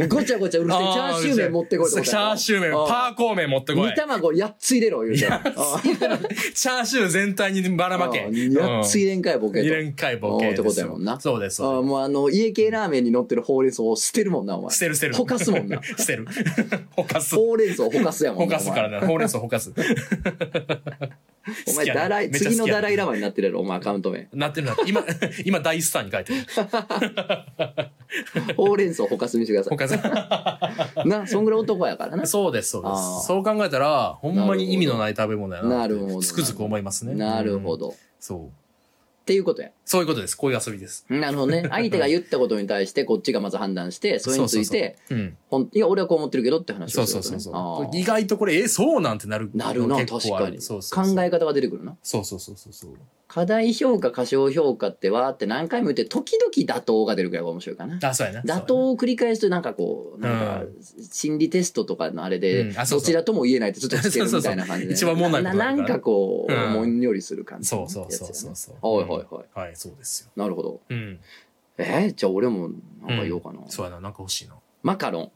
B: え。
A: うごちゃごちゃうるせえチャーシュー麺持ってこいって
B: チ
A: こと
B: ャーシュー麺、
A: あー
B: パーコー麺持ってこい
A: 煮。卵8つ入れろ言うて
B: チャーシュー全体にばらまけ。
A: 8つ入れんかいボケ
B: 二
A: と
B: 連回ボケですよ
A: おーってことやもんな
B: そうです。
A: あ
B: そう
A: ー
B: で
A: もうあの家系ラーメンに乗ってるほうれん草を捨てるもんなお前
B: す捨てる捨てる。
A: ほかすもんな
B: 捨てる。ほかす。
A: ほうれん草ほかすやも
B: ほ
A: んな
B: かすからな。ほうれん草ほかす。
A: お
B: 好き
A: 前
B: やな
A: ダライ
B: めっちゃ好
A: 次の
B: きやな
A: ダライラマになってるやろお前アカウント名
B: なってるなって。今、 今大スターに書いてる。
A: ほうれん草ほかすにしてく ださ
B: ほかす。
A: いなそんぐらい男やからな
B: そうです、そうで
A: あー
B: す。そう考えたら、ほんまに意味のない食べ物やな。
A: なるほど
B: つくづく思いますね。
A: なるほ
B: ど。
A: どっ
B: そう。
A: ていうことや
B: そういうことです。こういう遊びです。
A: なるほど ね相手が言ったことに対してこっちがまず判断してそれについて
B: うん。
A: ほんいや俺はこう思ってるけどって話
B: そ
A: を
B: う
A: す
B: そ
A: るこ
B: う
A: と
B: そ
A: ね
B: うそう。意外とこれ、え、そうなんてなる。
A: あーなるな
B: 結
A: 確
B: 構あ
A: かに
B: そう
A: 考
B: そうそう。
A: え方が出てくるな
B: そうそうそうそうそう。
A: 課題評価過小評価ってわーって何回も言って時々妥当が出るからいが面白いかな
B: あ、そうやな。
A: 妥当を繰り返すとなんかこうなんか
B: う
A: 心理テストとかのあれ
B: う
A: で
B: んあそう
A: ど
B: そう
A: ちらとも言えないとちょっとしてるみたいな感じで
B: そうそうそう一番問題な
A: な
B: ことだから
A: なんかこう
B: うん
A: もんよりする感じ
B: そうそうそうそうそう。
A: はいはいはい
B: はい。はい、そうですよ。
A: なるほど
B: うん。
A: えーじゃあ俺もなんか言おうかな
B: そうやな、なんか欲しいな。
A: マカロン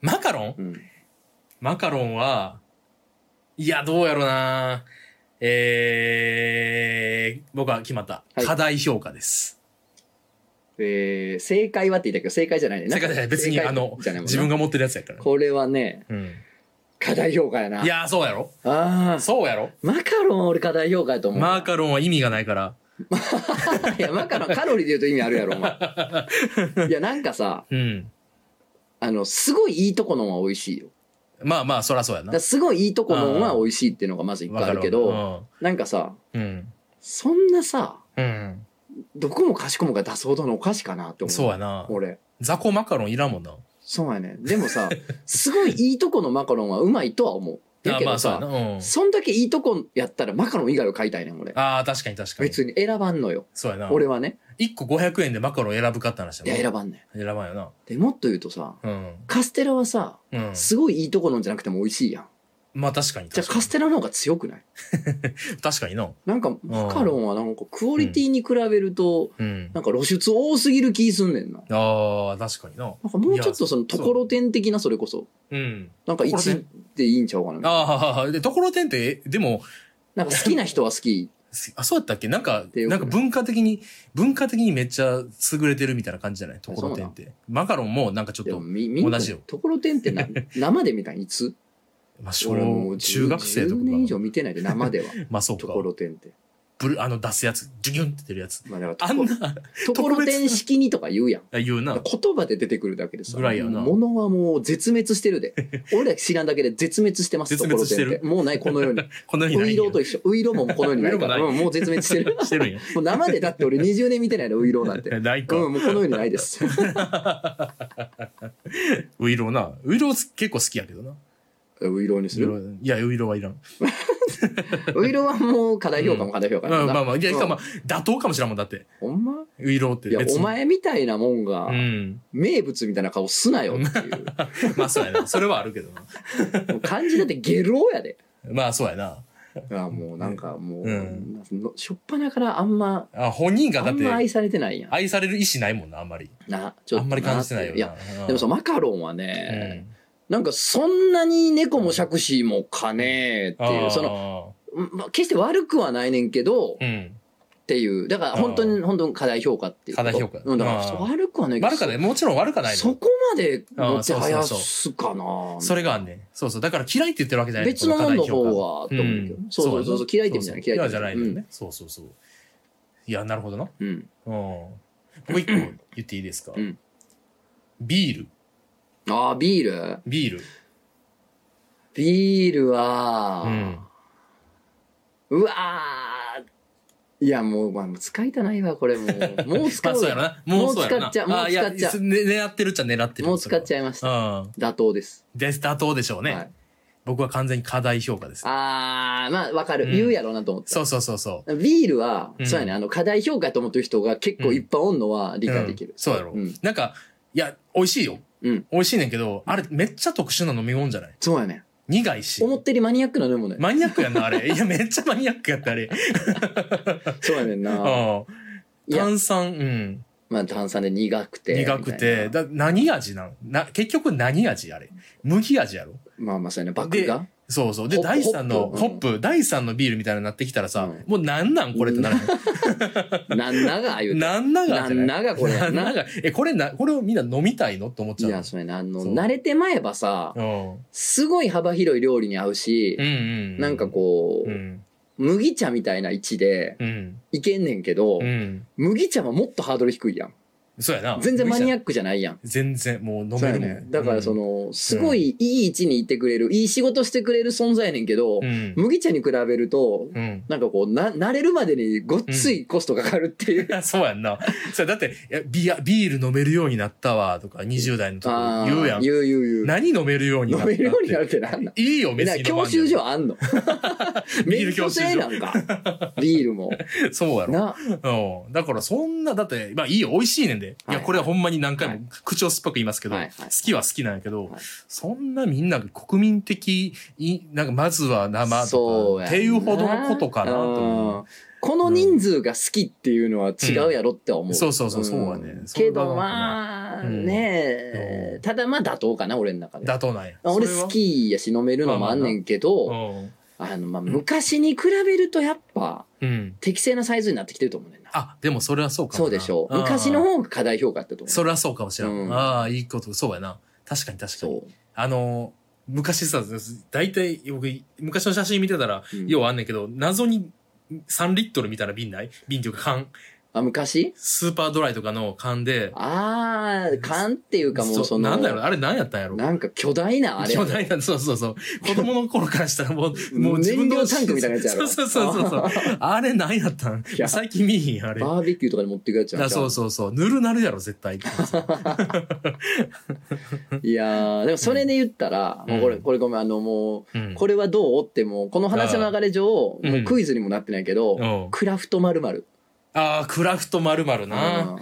B: マカロン
A: うん
B: マカロンは、いや、どうやろな。えー、僕は決まった。
A: はい
B: 課題評価です。
A: えー正解はって言ったけど正解じゃないね
B: 正解じゃない別に
A: 正解
B: あの
A: じゃないもんな
B: 自分が持ってるやつやからね。
A: これはね
B: うん。
A: 課題評価やない
B: や、そうやろ
A: あー
B: そうやろ
A: マカロン俺課題評価やと思うな
B: マカロンは意味がないから。
A: いやマカロンカロリーで言うと意味あるやろお前いやなんかさ
B: うん。
A: あのすごいいいとこのは美味しいよ
B: まあまあ、そらそうや
A: だ
B: な
A: から。すごいいいとこのは美味しいっていうのがまず一個あるけ
B: わ
A: ど
B: か
A: なんかさ
B: るわうん。
A: そんなさ
B: うん。
A: どこもかしこもが出すほどのお菓子かなって
B: う
A: 思う
B: ん。そうやな。
A: 俺
B: 雑魚マカロンいらんもんな。
A: そうやねでもさすごいいいとこのマカロンはうまいとは思うだ
B: あ
A: け
B: ま
A: ど
B: あ、そうやな。
A: さ
B: うん。
A: そんだけいいとこやったらマカロン以外を買いたいねん俺
B: ああ、確かに確かに。
A: 別に選ばんのよ
B: そうやな。
A: 俺はね
B: 1個500円でマカロン選ぶかって話だ
A: い
B: な
A: や選ばんね
B: 選ばんよな。
A: んでもっと言うとさ
B: うん。
A: カステラはさ
B: うん。
A: すごいいいとこのじゃなくても美味しいやん
B: まあ確かに
A: じゃ
B: 確
A: あ
B: か
A: カ
B: に。
A: ステラの方が強くない
B: 確かにな。
A: なんかマカロンはなんかクオリティに比べると
B: うん。
A: なんか露出多すぎる気すんねんな。
B: ああ、確かにな。
A: なんかもうちょっとその
B: いやそう
A: ところてん的なそれこそ。
B: うん。
A: なんか
B: ところて
A: 1でいいんちゃうかな。
B: ああ、で、ところてんって、えでも、
A: なんか好きな人は好き。
B: すあ、そうやったっけなんか、
A: てよくな
B: ないんか文化的に、文化的にめっちゃ優れてるみたいな感じじゃないところてんって。マカロンもなんかちょっ
A: でも
B: と、
A: み、みん
B: 同
A: な
B: じよ
A: ところてんって な生で見たんいつ
B: まあ小
A: 俺もう10
B: 中学生とか
A: 10
B: か
A: 年以上
B: な。
A: 見てないで生 では。
B: まあそう
A: と
B: か。
A: ころてんって。
B: ブル、あの出すやつ、ジュギュンって出るやつ。
A: まあだか
B: あ
A: ら
B: ん
A: とこ
B: な、
A: ところてん式にとか言うやん。
B: あ言うな。
A: 言葉で出てくるだけでさ。
B: ぐらいやな
A: 物はもう絶滅して るで。俺ら知らんだけで絶滅してます、
B: 絶
A: ところ
B: 滅して
A: てんっ
B: る
A: て。もうない、この世に。
B: このよ
A: ウ
B: うに ない
A: イ
B: んや
A: ローと一緒。ウイローもこの世にないから。
B: ウイローも
A: うんもう絶滅してる。
B: してるんや。
A: もう生でだって俺20年見てないの、 ウイローなんて。
B: えないか。
A: うん、もうこの世にないです。
B: ウイローな。ウイロー結構好きやけどな。
A: ウイローにす
B: ウイロ
A: る。
B: ーいや、ウイローはいらん。
A: ウイローはもう課題評価も課題評価
B: ま
A: な
B: あ
A: んだ
B: まあまあ、いや、しかも、ま
A: うん
B: あ妥当かもしれんもん、だって。
A: ほんま
B: ウイローって
A: いや
B: 別、に。
A: お前みたいなもん
B: う
A: が、
B: ん。
A: 名物みたいな顔すなよっていう。
B: まあそうやな。それはあるけどな。
A: もう漢字だってゲロやで。
B: まあ そうやな。
A: あもうなんかも
B: う
A: う、のしょっぱなからあんま、
B: あ本人が
A: あ
B: だっ
A: んま愛
B: て、
A: されてないやん。
B: 愛される意思ないもんな、あんまり。
A: な、ち
B: あんまり感じてないよ
A: いや、
B: な。
A: でもさ、
B: う
A: マカロンは
B: ん、う
A: ね、
B: ん。
A: なんかそんなに猫も杓子もかねえっていう、その、
B: の、
A: うんまあ決して悪くはないねんけど、
B: うん。
A: っていう。だから本当
B: う
A: に、本当に課題評価っていうこと。
B: 課題評価
A: うん、だから
B: あー
A: 悪くはないけど。
B: 悪かない。もちろん悪かない
A: そ
B: の。
A: こまで持って
B: あー
A: は
B: そう
A: や
B: そうそう
A: すかな。
B: それがあんねん。そうそう。だから嫌いって言ってるわけじゃない。
A: 別のもんの方
B: こ
A: は、
B: 課
A: と
B: 題評価
A: 思
B: う
A: うけど
B: ん。。
A: そうそうそうそう、嫌いってみたいな、
B: そうそ
A: 嫌
B: う
A: い
B: 嫌
A: っ
B: い
A: て
B: じ
A: みた
B: ゃないい
A: な
B: のね。そうそうそう。いや、なるほどな。
A: うん。うん
B: うん。僕一個言っていいですか
A: うん
B: ビール。
A: ああ、ビール
B: ビール。
A: ビール
B: う
A: は、
B: ん。
A: うわーいや、もう、まあ、もう使いたないわ、これもう。もう使
B: まあ
A: う
B: そうや
A: や
B: ろ
A: ろ。
B: な。もうそうやろな。
A: もう使っちゃうもう使っちゃう
B: あいやね狙ってるっちゃ狙ってる。
A: もう使っち
B: ゃ
A: ゃいました。
B: う。うん。
A: 妥当です。
B: で、妥当でしょうね。
A: はい
B: 僕は完全に過大評価です。
A: あー、まあ、わかる。
B: うん
A: 言うやろうなと思った。
B: そうそうそうそう。
A: ビールは、
B: うん
A: そうやね、あの、過大評価と思ってる人が結構いっぱいおんのは理解できる
B: うん。そうやろ、
A: うん
B: なんか、いや、美味しいよ。
A: うん
B: 美味しいねんけど、あれめっちゃ特殊な飲み物じゃない
A: そうやね。
B: 苦いし。
A: 思ってるマニアックな飲むのよ。
B: マニアックやんな、あれ。いや、めっちゃマニアックやった、あれ。
A: そうやねんな。
B: う
A: い
B: ん。
A: や
B: 炭酸、うん。
A: まあ、炭酸で苦くて。
B: 苦くて。
A: みたいな
B: だ何味なんな、結局何味あれ麦味やろ
A: まあまあ、そうやね。バック が
B: そうそう。で、
A: ホップ
B: 第3の、
A: ホップ
B: ホップ、第3のビールみたいになってきたらさ、
A: うん
B: もうなんなんこれってならへん。
A: なんなが言うて。
B: なんながじゃない
A: なんながこれや
B: なんん
A: な
B: なが。え、これな、これをみんな飲みたいのって思っち
A: い
B: ゃう。
A: や、そうやね。あの、
B: そう
A: 慣れてまえばさ、
B: うん。
A: すごい幅広い料理に合うし
B: うんう、ん。
A: なんかこ
B: う
A: う、
B: ん。
A: 麦茶みたいな位置で
B: うん。
A: いけんねんけど
B: う、ん。
A: 麦茶はもっとハードル低いやん。
B: そうやな。
A: 全然マニア
B: ック。
A: ックじゃないやん。
B: 全然、もう飲
A: そう
B: め
A: や
B: るも
A: ね
B: ん。
A: だからそ
B: の、
A: の、すごいいい位置にいてくれる、いい仕事してくれる存在やねんけど
B: う、ん。
A: 麦茶に比べると、
B: うん。
A: なんかこう、な、慣れるまでにごっついコストかかるっていう。
B: そうやんな。そうだって、いやビア、ビール飲めるようになったわ、とか、20代の時
A: ああ、
B: 言うやん。
A: 言う言う言う。
B: 何飲めるようにな
A: 飲
B: ったっ
A: め
B: て
A: るようになるってなんなん
B: いいよ、別
A: なん
B: に
A: か
B: 飲
A: 教
B: まんで
A: 習
B: も
A: 所あんの
B: ビー
A: 免
B: ル
A: 許
B: 教習所
A: 制なんか。ビールも。
B: そうやろ。
A: な、
B: うん。だからそんな、だって、まあいいよ、美味しいねんで。い
A: は
B: や、
A: い
B: これはほんまに何回
A: はい
B: も口を酸っぱく言いますけど、
A: はいはい
B: 好きは好きなんやけど、
A: はい
B: そんなみんなが国民的い、なんかまずは生
A: そ
B: と
A: う
B: か、
A: や
B: っ
A: な
B: ていうほどのことかなと
A: う
B: 思
A: んこの人数が好きっていうのは違うやろって思う。
B: う。そうそうそう、そうは
A: う
B: ね
A: ん。
B: それ
A: け
B: が
A: どまあ、
B: うん
A: ね
B: う
A: え、ただまあ妥当かな、俺の中で。
B: 妥当なんや。
A: 俺
B: それは
A: 好。きやし飲めるのもあんねんけど、
B: うん
A: あの、まあ昔に比べるとやっぱ
B: うん。
A: 適正なサイズになってきてると思うねんな。
B: あ、でもそれはそうかもな。
A: そうでしょう。
B: ん
A: 昔の方が過大評価だったと思う。
B: それはそうかもしれん。
A: うん
B: ああ、いいこと、そうやな。確かに確かに。
A: そ
B: あの、昔さ、大体、僕、昔の写真見てたら、
A: う。うん
B: ようあんねんけど、謎に3リットルみたいな瓶ない瓶っていうか缶。
A: あ、昔
B: スーパードライとかの缶で。
A: ああ、缶っていうかもう
B: そ
A: そうの、
B: なんだろうあれなんやったんやろ
A: なんか巨大なあれ。
B: 巨大な、そうそうそう。子供の頃からしたら もう、もう自分の
A: 燃料タンクみたいなやつやろ
B: そうそうそうそう。 あれなんやったん
A: いや
B: 最近見えへん、あれ。
A: バーベキューとかに持っていくやつやん
B: あそうそうそう。ぬるなるやろ、絶対。
A: いやーでもそれで言ったら、
B: う
A: も
B: ん
A: うこれこれごめんあのも
B: うん
A: うこれはどうってもうこの話の流れ上も
B: うん
A: うクイズにもなってないけど、
B: うん
A: クラフトまるまる
B: ああ、クラフトまるまるな。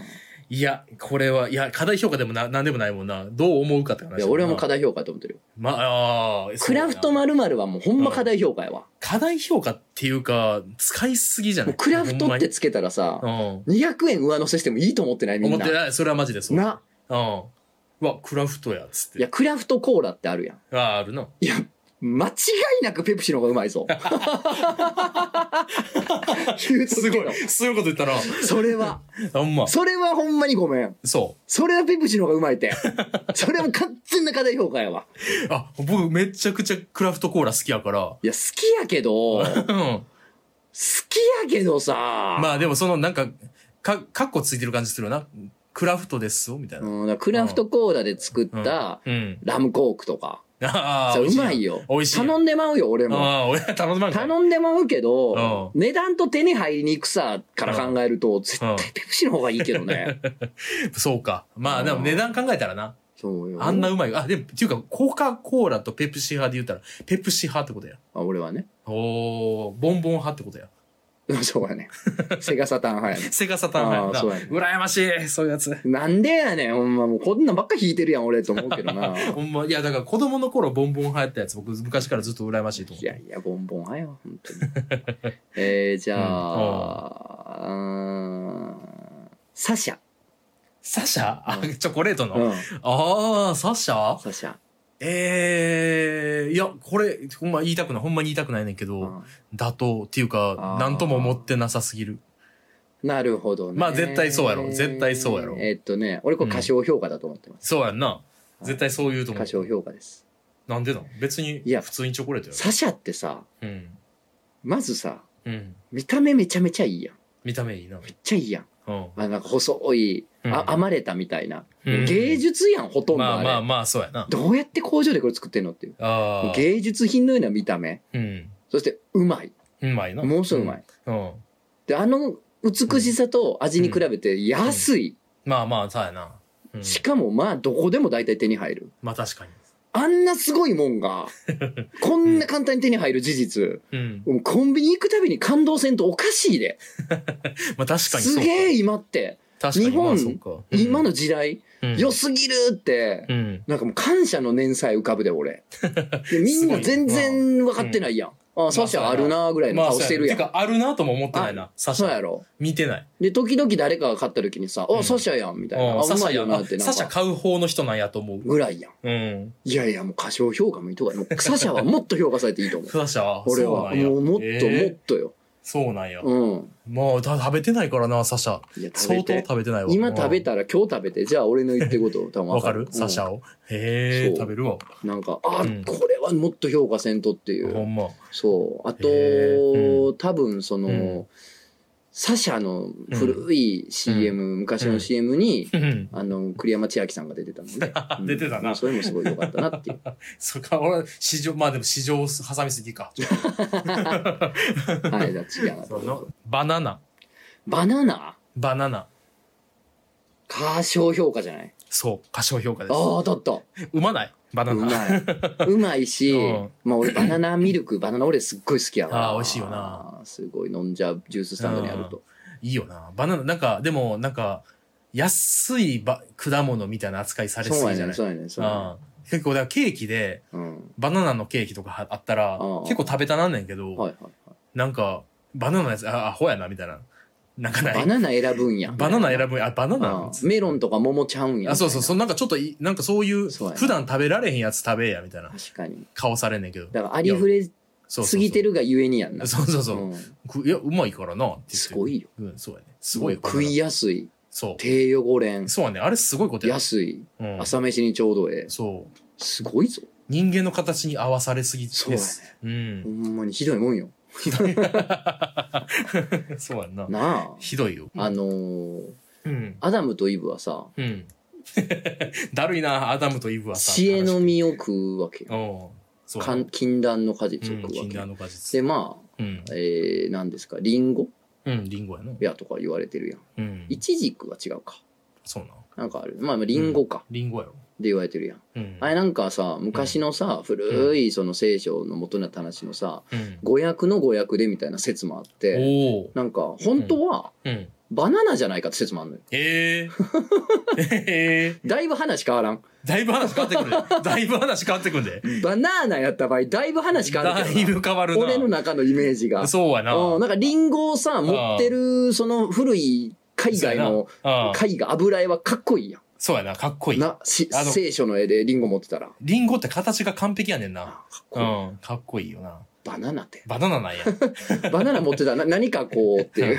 B: いや、これは、いや、課題評価でもな、なんでもないもんな。どう思うかって話だ
A: い
B: な。
A: や俺はもう課題評価と思ってるよ
B: まあ、あー
A: クラフトまるまるはもうほんま課題評価やわ、
B: 課題評価っていうか、使いすぎじゃな
A: もう
B: い
A: クラフトって
B: ほ
A: つけたらさ
B: ん、まに
A: 200円上乗せしてもいいと思ってない
B: うん。
A: み
B: 思
A: ん
B: っ
A: な
B: てない。それはマジでそう。
A: な
B: うん。うわ、クラフトや、つっ
A: いや
B: て。
A: クラフトコーラってあるやん
B: ああ、あるな。
A: いや間違いなくペプシの方がうまい ぞ言うと
B: す
A: く
B: ご
A: け
B: い
A: ど。
B: そういうこと言ったら、
A: それは
B: ほんま。
A: それはほんまにごめん
B: そ
A: それはペプシの方がうまいっ て。それは完全な過大評価やわ。
B: う。あ、僕めちゃくちゃクラフトコーラ好きやから。
A: いや、好きやけど、好
B: うん。
A: きやけどさ、
B: まあでもそのなんか、か、カッコついてる感じするよな。クラフトですよ、みたいな。
A: うん、だからクラフトコーラで作
B: う
A: っ
B: ん
A: た
B: うん。
A: ラムコークとか、
B: ああ、
A: さうまい
B: よ。
A: よ。
B: 美味しいよ
A: 頼んでまうよ、俺も。
B: ああ、俺頼んだんかい。
A: 頼んでまうけど、
B: う
A: 値段と手に入りにくさから考えると、絶対
B: うん
A: ペプシの方がいいけどね。
B: そうか。まあでも値段考えたらな。
A: そうよ。
B: あんなうまい。あ、でも、っていうか、コカ・コーラとペプシ派で言ったら、ペプシ派ってことや。
A: あ俺はね。
B: おー、ボンボン派ってことや。
A: そうや ね。セガサターン派やね。
B: セガサターン派や
A: あー
B: な。羨ましい、そういうやつ。
A: なんでやねん、ほんま。もうこんなんばっか弾いてるやん、俺、と思うけどな。
B: ほんま、いや、だから子供の頃ボンボン派やったやつ、僕昔からずっと羨ましいと思
A: いやいや、ボンボンはよ、本当に。 えー、じゃあ、うーんサシャ。
B: う。サシャあ、
A: うん
B: チョコレートの。
A: うん、
B: あー、サシャ
A: サシャ。
B: えー、いや、これ、ほんま言いたくない、ほんまに言いたくないねんけ
A: う
B: ど、
A: ん
B: 妥当っていうか
A: あ、ー
B: なんとも思ってなさすぎる。
A: なるほどね。
B: まあ絶対そうやろ絶対そうやろ
A: えーっとね、俺これ過小評価だと思ってます。
B: そうやんな。絶対そう言うと思
A: 過小
B: う。
A: 評価です。
B: なんでなん別に、
A: いや
B: 普通にチョコレートや
A: サシャってさ、
B: ろ。うん。
A: まずさ、
B: うん。
A: 見た目めちゃめちゃいいやん。
B: 見た目いいな。
A: めっちゃいいやん。
B: うん。
A: あなんか細い、あ
B: うん
A: 編まれたみたいな。
B: うん
A: 芸術やん、ほとんど
B: ま
A: あ
B: あ
A: れ、
B: まあまあ、そうやな。
A: どうやって工場でこれ作ってんのっていう。
B: ああ。
A: 芸術品のような見た目。
B: うん。
A: そして、うまい。
B: うまいな。
A: ものすごいうまい。
B: うん。
A: であの美しさと味に比べて安い、
B: まあまあ、そうやな。うん
A: しかもまあどこでも大体手に入る
B: まあ確かに。
A: あんなすごいもん が、こんな簡単に手に入る事実、
B: うん。
A: もうコンビニ行くたびに感動せんとおかしいで。
B: まあ確かにそう
A: す
B: か。
A: げえ今って、
B: 確かに
A: 日本
B: まあそうか。うん
A: 今の時代、
B: うん
A: 良すぎるって、
B: うん。
A: なんかもう感謝の念さえ浮かぶで 俺。でみんな全然分かってないやん。ああ、サシャあるなぐらいの
B: まあ
A: 顔
B: そう
A: してる
B: や
A: や
B: な。
A: ん
B: て。か、あるなとも思ってないな。サシ
A: そうや
B: ャ。
A: ろ。
B: 見てない。
A: で、時々誰かが買った時にさ、
B: う
A: あ、
B: ん
A: サシャやんみたいな。
B: う
A: あ、
B: ん
A: う
B: サシ
A: ま
B: ャ
A: いよ
B: や
A: な
B: な
A: ってな
B: サ
A: ん
B: シャ
A: か。
B: 買う方の人なんやと思う。
A: ぐらいやん。
B: うん。
A: いやいや、もう過小評価もいいとこや。もうサシャはもっと評価されていい と思う。
B: サシャ、
A: 俺
B: そう
A: は。
B: なんや。
A: もうもっともっ
B: えー
A: とよ。
B: そうなんや。
A: うん。
B: もうだ食べてないからな、サシャ。
A: いや、食べ
B: 相当
A: て。
B: 食べてないわ。
A: 今食べたら今日食べて、じゃあ俺の言ってること多
B: う
A: 分
B: ん。わかる
A: うん
B: サシャを。へ
A: そ
B: え、
A: う
B: 食べるわ。
A: なんか、あ、
B: うん
A: これはもっと評価せんとってい
B: ほ
A: う。
B: んま。
A: そう。あと、
B: へーう
A: 多分その、
B: うん
A: サシャの古い CM、昔の CM に、
B: うん。
A: あの、栗山千明さんが出てたので
B: 出てたな
A: うんそれもすごい良かったなっていう。
B: そっか、俺、市場、まあでも市場を挟みすぎか。
A: はい、だ違うな
B: そのバナナ。
A: バナナ
B: バナナ。
A: 過小評価じゃない
B: そう、過小評価で
A: あ
B: す。
A: あ、当たっ
B: うまないバ
A: た。
B: ナ
A: うま
B: ナ。
A: い。うまいし、
B: うん
A: まあ俺バナナミルク、バナナ俺すっごい好きやから。
B: あー美味しいよな。
A: すごい飲んじゃう、ジューススタンドにあると。
B: いいよな。バナナ、なんか、でも、なんか、安いば果物みたいな扱いされす
A: そう
B: ぎじ
A: やねん、
B: ゃない
A: そうやねん、そうや
B: うん結構、だからケーキで、
A: ねん。うん。
B: バナナのケーキとかはあったら
A: うん、
B: 結構食べたなんねんけど、
A: はいはい
B: なんか、バナナのやつ、あ、アホやな、みたいな。なんかな
A: はい。バ
B: い。
A: ナナ選ぶんや。
B: バナナ選ぶ、あ、バナナ
A: うんメロンとか桃ちゃうんや。。
B: あ、そうそう、そううなんかちょっとい、なんかそういう、
A: そうやな
B: 普段食べられへんやつ食べえや、みたいな
A: 確かに。
B: 顔されんねんけど。
A: だからありふれ
B: そうそうそう
A: すぎて。るがゆえにやんな。
B: そうそうそう
A: うん。
B: くいや、うまいからな、って言って
A: すごいよ。
B: うん、そうやね。すごいよ。
A: 食い
B: や。
A: やすい。
B: そ
A: 低汚
B: う。
A: 連。
B: そうやね。あれすごいことや。
A: 安い。
B: うん。
A: 朝飯にちょうどええ。
B: そう。
A: すごいぞ。
B: 人間の形に合わされすぎで
A: そうやね
B: す。うん
A: ほ。んまにひどいもんよ。
B: そうやんな。
A: なあ。
B: ひどいよ。
A: あのー
B: うん。
A: アダムとイブはさ、
B: うん。 だるいな、アダムとイブはさ。
A: 知恵の実を食うわけよ。
B: おそう。
A: かん禁断の果実
B: う
A: を
B: ん、
A: 食う
B: 禁
A: わけよ。
B: 断の果実。
A: で、まあ、
B: うん。
A: えー、何ですか、リンゴ
B: うん、リンゴやな。
A: やとか言われてるやん。
B: うん。
A: イチジクは違うか。
B: そうな。
A: なんかある。まあ、まあリンゴか。
B: リンゴやろ。
A: で言われてるやん。
B: うん。
A: あれなんかさ、昔のさ、古いその聖書の元になった話のさ、
B: うん。
A: 語訳の語訳でみたいな説もあって、
B: おお。
A: なんか、本当は、
B: うん。
A: バナナじゃないかって説もあるのよ。
B: ええ。 ええ。
A: だいぶ話変わらん。
B: だいぶ話変わってくる。だいぶ話変わってくるで。
A: バナナやった場合、だいぶ話変わる
B: だ
A: け
B: い
A: ど
B: ぶ変わる
A: な。
B: な。
A: 俺の中のイメージが。
B: そうやな。
A: うん、なんかリンゴをさ、持ってる、その古い海外の
B: そうやなうん
A: 絵画、油絵はかっこいいやん。
B: そうやな、かっこいい。
A: な、し
B: あの
A: 聖書の絵でリンゴ持ってたら。
B: リンゴって形が完璧やねんな。
A: あかっ
B: う
A: こいい。
B: ん、かっこいいよな。
A: バナナって。
B: バナ ナなんや。
A: バナナ持って たらな何かこうっていう。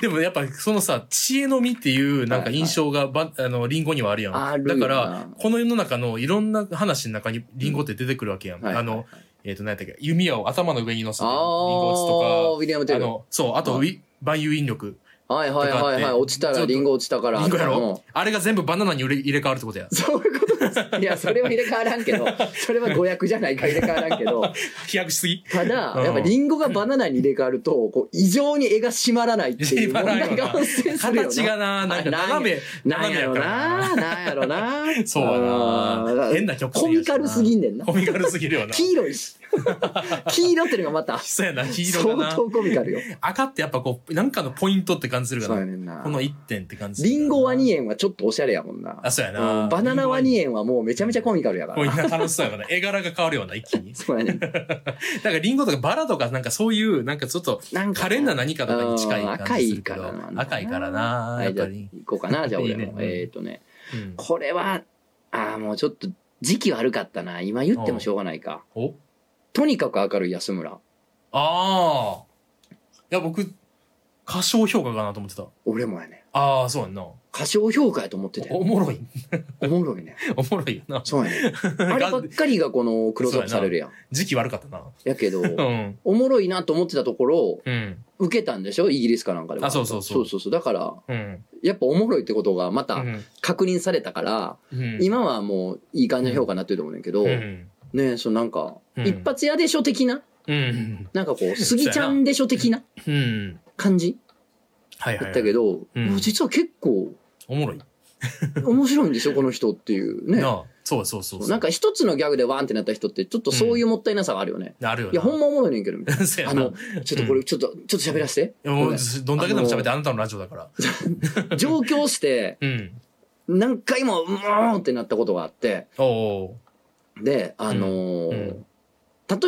B: でもやっぱそのさ、知恵の実っていうなんか印象がば、あの、リンゴにはあるやん。
A: あるよ
B: だ
A: な
B: から、この世の中のいろんな話の中にリンゴって出てくるわけやん。
A: はい
B: あの、えっ、と、何やったっけ、弓矢を頭の上に乗せて、
A: あ
B: リンゴ
A: あ、
B: を
A: ウィリアム・
B: 打つ
A: テ
B: とか、あ
A: ル。
B: の、そう、あと、ウィ万有引力。
A: はいはいはいはい。落ちたらリンゴ落ちたから。
B: リンゴやろ
A: うん
B: あれが全部バナナに入れ入れ替わるってことや。
A: そういうことです。 いや、それは入れ替わらんけど、それは誤訳じゃないから入れ替わらんけど、
B: 飛躍しす ぎ
A: ただ、
B: うん
A: やっぱリンゴがバナナに入れ替わると、こう、異常に絵が締まらないって いう問題が発生するよな。
B: 形がな、なんか斜め、
A: なん
B: 斜め
A: や
B: や
A: ろ
B: からな。
A: な、なんやろな。
B: そうや
A: あーだか
B: な。
A: ら
B: 変な曲
A: コミカルすぎんねんな。
B: コミカルすぎるよ な。
A: 黄色い し。黄色ってのがまた、
B: そうやな、黄色
A: 相
B: だな。
A: 当コミカルよ。
B: 赤ってやっぱこう、なんかのポイントって感じする
A: そう
B: か
A: や
B: ら、
A: ねんな
B: こ。の一点って感じする
A: リ
B: かな。
A: ンゴワニ園はちょっとおしゃれやもんな。
B: あ、そうや
A: う
B: な。
A: んバナナワニ園はもうめちゃめちゃコミカルやか
B: もうみ
A: ら。
B: んな楽しそうやから、 絵柄が変わるような、一気に。
A: そうやねん。
B: だからリンゴとかバラとか、なんかそういう、なんかちょっと、
A: なんか
B: 可憐な何かとかに近い
A: うん
B: 感じするけど
A: 赤いからな
B: 赤いからな、
A: は
B: やっ
A: い、じゃ
B: ぱ
A: あ
B: り。
A: 行こうかな、じゃあ俺
B: いい
A: も。
B: ねうん
A: えっとね、
B: うん
A: これは、ああ、もうちょっと時期悪かったな。今言ってもしょうがないか。
B: お
A: とにかく明るい安村。
B: ああ。いや、僕、過小評価かなと思ってた。
A: 俺もやね。
B: ああ、そうやんな。
A: 過小評価やと思ってて。
B: おもろい。
A: おもろいね。
B: おもろいよ な。
A: そうやね。あればっかりがこのクローズアップされるやん。
B: 時期悪かったな。
A: やけど、
B: うん。
A: おもろいなと思ってたところ、
B: うん。
A: 受けたんでしょイギリスかなんかでも
B: あそうそうそ
A: そ
B: う
A: うそうそう。だから、
B: うん。
A: やっぱおもろいってことがま
B: う
A: た
B: ん
A: 確認されたから、
B: うん。
A: 今はもういい感じの評価になってると思うねんけど、
B: うん。
A: ねそのなんか、
B: うん
A: 一発屋でしょ的な、
B: うん。
A: なんかこう、スギちゃんでしょ的な
B: うん。
A: 感じ
B: はいはい
A: だ
B: は
A: っ
B: い。
A: たけど、
B: うん
A: いや実は結構
B: おもろい。
A: 面白いんでしょこの人っていうね。
B: なあ、そうそうそうそう。
A: なんか一つのギャグでワンってなった人って、ちょっとそういうもったいなさがあるよね。
B: あるよ
A: いや、ほんま
B: ま。
A: お もろいねんけど、みたい
B: せや
A: な。あ
B: な。
A: の、ちょっとこれ、ちょっと、ちょっと喋らせ
B: いやもうどんだけでも喋ってあなたのラジオだから。
A: て。上京して、
B: うん。
A: 何回も、うーんってなったことがあって、
B: おお
A: で、あの
B: う
A: ー
B: ん